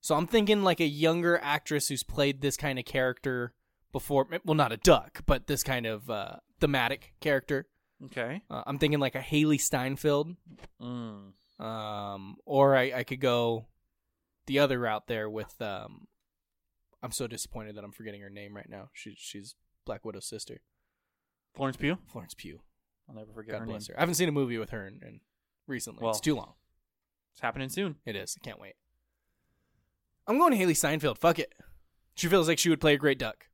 S2: So I'm thinking like a younger actress who's played this kind of character before. Well, not a duck, but this kind of uh, thematic character.
S1: Okay.
S2: Uh, I'm thinking like a Haley Steinfeld,
S1: Mm.
S2: um, or I, I could go the other route there with um, I'm so disappointed that I'm forgetting her name right now. She, she's Black Widow's sister,
S1: Florence Pugh.
S2: Florence Pugh.
S1: I'll never forget
S2: God
S1: her
S2: bless
S1: name.
S2: her. I haven't seen a movie with her in, in recently.
S1: Well-
S2: it's too long.
S1: It's happening soon.
S2: It is. I can't wait. I'm going Haley Seinfeld. Fuck it. She feels like she would play a great duck.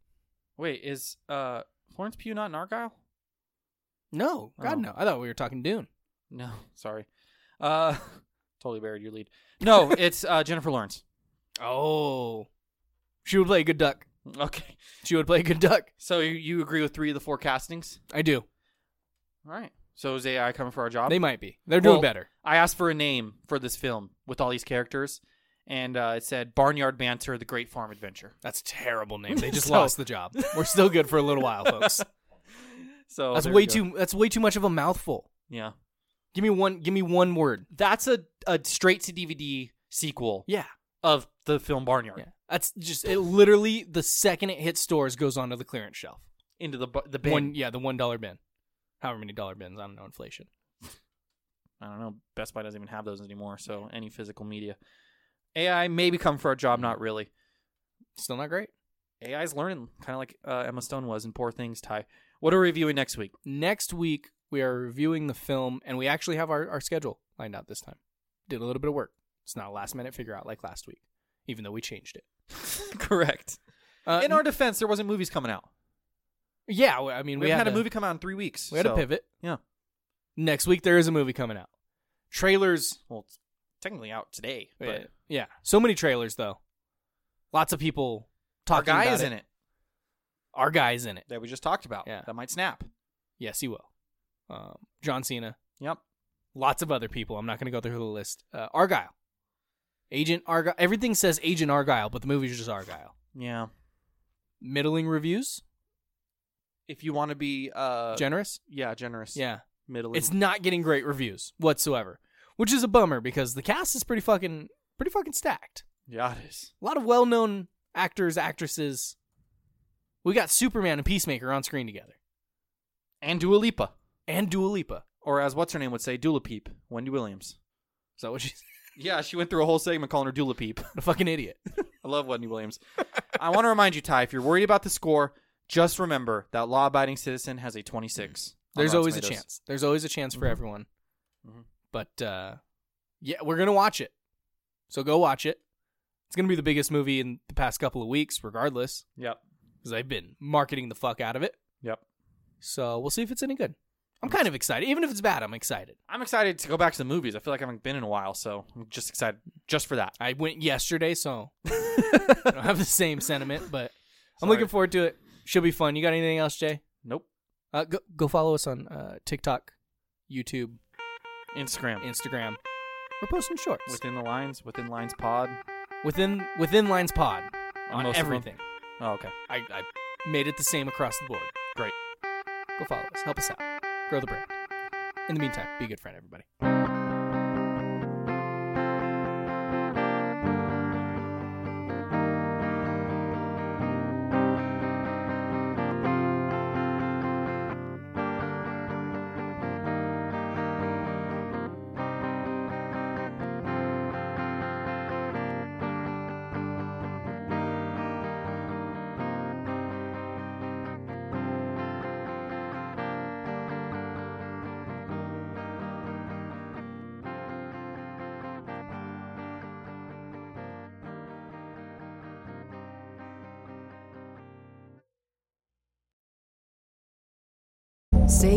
S1: Wait, is uh Florence Pugh not an Argyle?
S2: No, God
S1: Oh.
S2: no. I thought we were talking Dune.
S1: No, sorry. Uh totally buried your lead. No, it's uh Jennifer Lawrence.
S2: Oh, she would play a good duck.
S1: Okay.
S2: She would play a good duck.
S1: So you, you agree with three of the four castings?
S2: I do.
S1: All right. So is AI coming for our job?
S2: They might be. They're doing
S1: Well,
S2: better.
S1: I asked for a name for this film with all these characters, and uh, it said Barnyard Banter: The Great Farm Adventure.
S2: That's a terrible name. They just
S1: So-
S2: lost the job. We're still good for a little while, folks.
S1: So
S2: that's
S1: there
S2: way
S1: you go.
S2: too. That's way too much of a mouthful.
S1: Yeah,
S2: Give me one. Give me one word.
S1: that's a a straight to DVD sequel
S2: Yeah.
S1: of the film Barnyard
S2: Yeah. That's just it. Literally, the second it hits stores, goes onto the clearance shelf.
S1: into the bu- the bin.
S2: One. Yeah, the one dollar bin. However many dollar bins. I don't know inflation.
S1: I don't know. Best Buy doesn't even have those anymore. So any physical media, AI maybe come for our job, not really.
S2: Still not great.
S1: AI's learning, kind of like uh, Emma Stone was in Poor Things. Ty, what are we reviewing next week?
S2: next week we are reviewing the film and we actually have our, our schedule lined out this time did a little bit of work it's not a last minute figure out like last week even though we changed it
S1: Correct.
S2: uh,
S1: in our defense, there wasn't movies coming out.
S2: yeah w- i mean
S1: We,
S2: we,
S1: haven't had a
S2: to-
S1: movie come out in three weeks.
S2: we had
S1: so-
S2: a pivot
S1: Yeah.
S2: next week there is a movie coming out trailers
S1: Well, it's technically out today, but
S2: but yeah so many trailers though lots of people
S1: our
S2: talking
S1: guy
S2: about
S1: is in it
S2: our guy's in it
S1: that we just talked about.
S2: Yeah.
S1: That might snap.
S2: yes he will um, john cena
S1: Yep.
S2: lots of other people. I'm not going to go through the list. Uh, Argyle, Agent Argyle. Everything says Agent Argyle, but the movie's just Argyle.
S1: Yeah.
S2: Middling reviews,
S1: If you want to be uh
S2: generous.
S1: yeah, generous.
S2: Yeah,
S1: Middle
S2: it's not getting great reviews whatsoever, which is a bummer because the cast is pretty fucking pretty fucking stacked.
S1: Yeah, it is.
S2: A lot of well-known actors, actresses. We got Superman and Peacemaker on screen together,
S1: And Dua Lipa.
S2: and Dua Lipa.
S1: Or as what's her name would say, Dula Peep, Wendy Williams.
S2: Is that what she's
S1: Yeah, she went through a whole segment calling her Dula Peep.
S2: a fucking idiot?
S1: I love Wendy Williams. I want to remind you, Ty, if you're worried about the score, just remember that law abiding citizen has a twenty six.
S2: There's always a chance. There's always a chance for everyone. But uh, yeah, we're gonna watch it. So go watch it. It's gonna be the biggest movie in the past couple of weeks, regardless,
S1: Yep.
S2: because I've been marketing the fuck out of it.
S1: Yep.
S2: So we'll see if it's any good. I'm kind of excited, even if it's bad. I'm excited.
S1: I'm excited to go back to the movies. I feel like I haven't been in a while, so I'm just excited just for that.
S2: I went yesterday, so I don't have the same sentiment, but I'm
S1: Sorry.
S2: looking forward to it. Should be fun. You got anything else, Jay?
S1: Nope.
S2: Uh, go go follow us on uh, TikTok, YouTube,
S1: Instagram.
S2: Instagram. We're posting shorts.
S1: Within the lines, within lines pod.
S2: within within lines pod
S1: On
S2: on,
S1: most of them.
S2: everything.
S1: Oh, okay.
S2: I, I made it the same across the board.
S1: Great.
S2: Go follow us. Help us out. Grow the brand. In the meantime, be a good friend, everybody.
S5: Say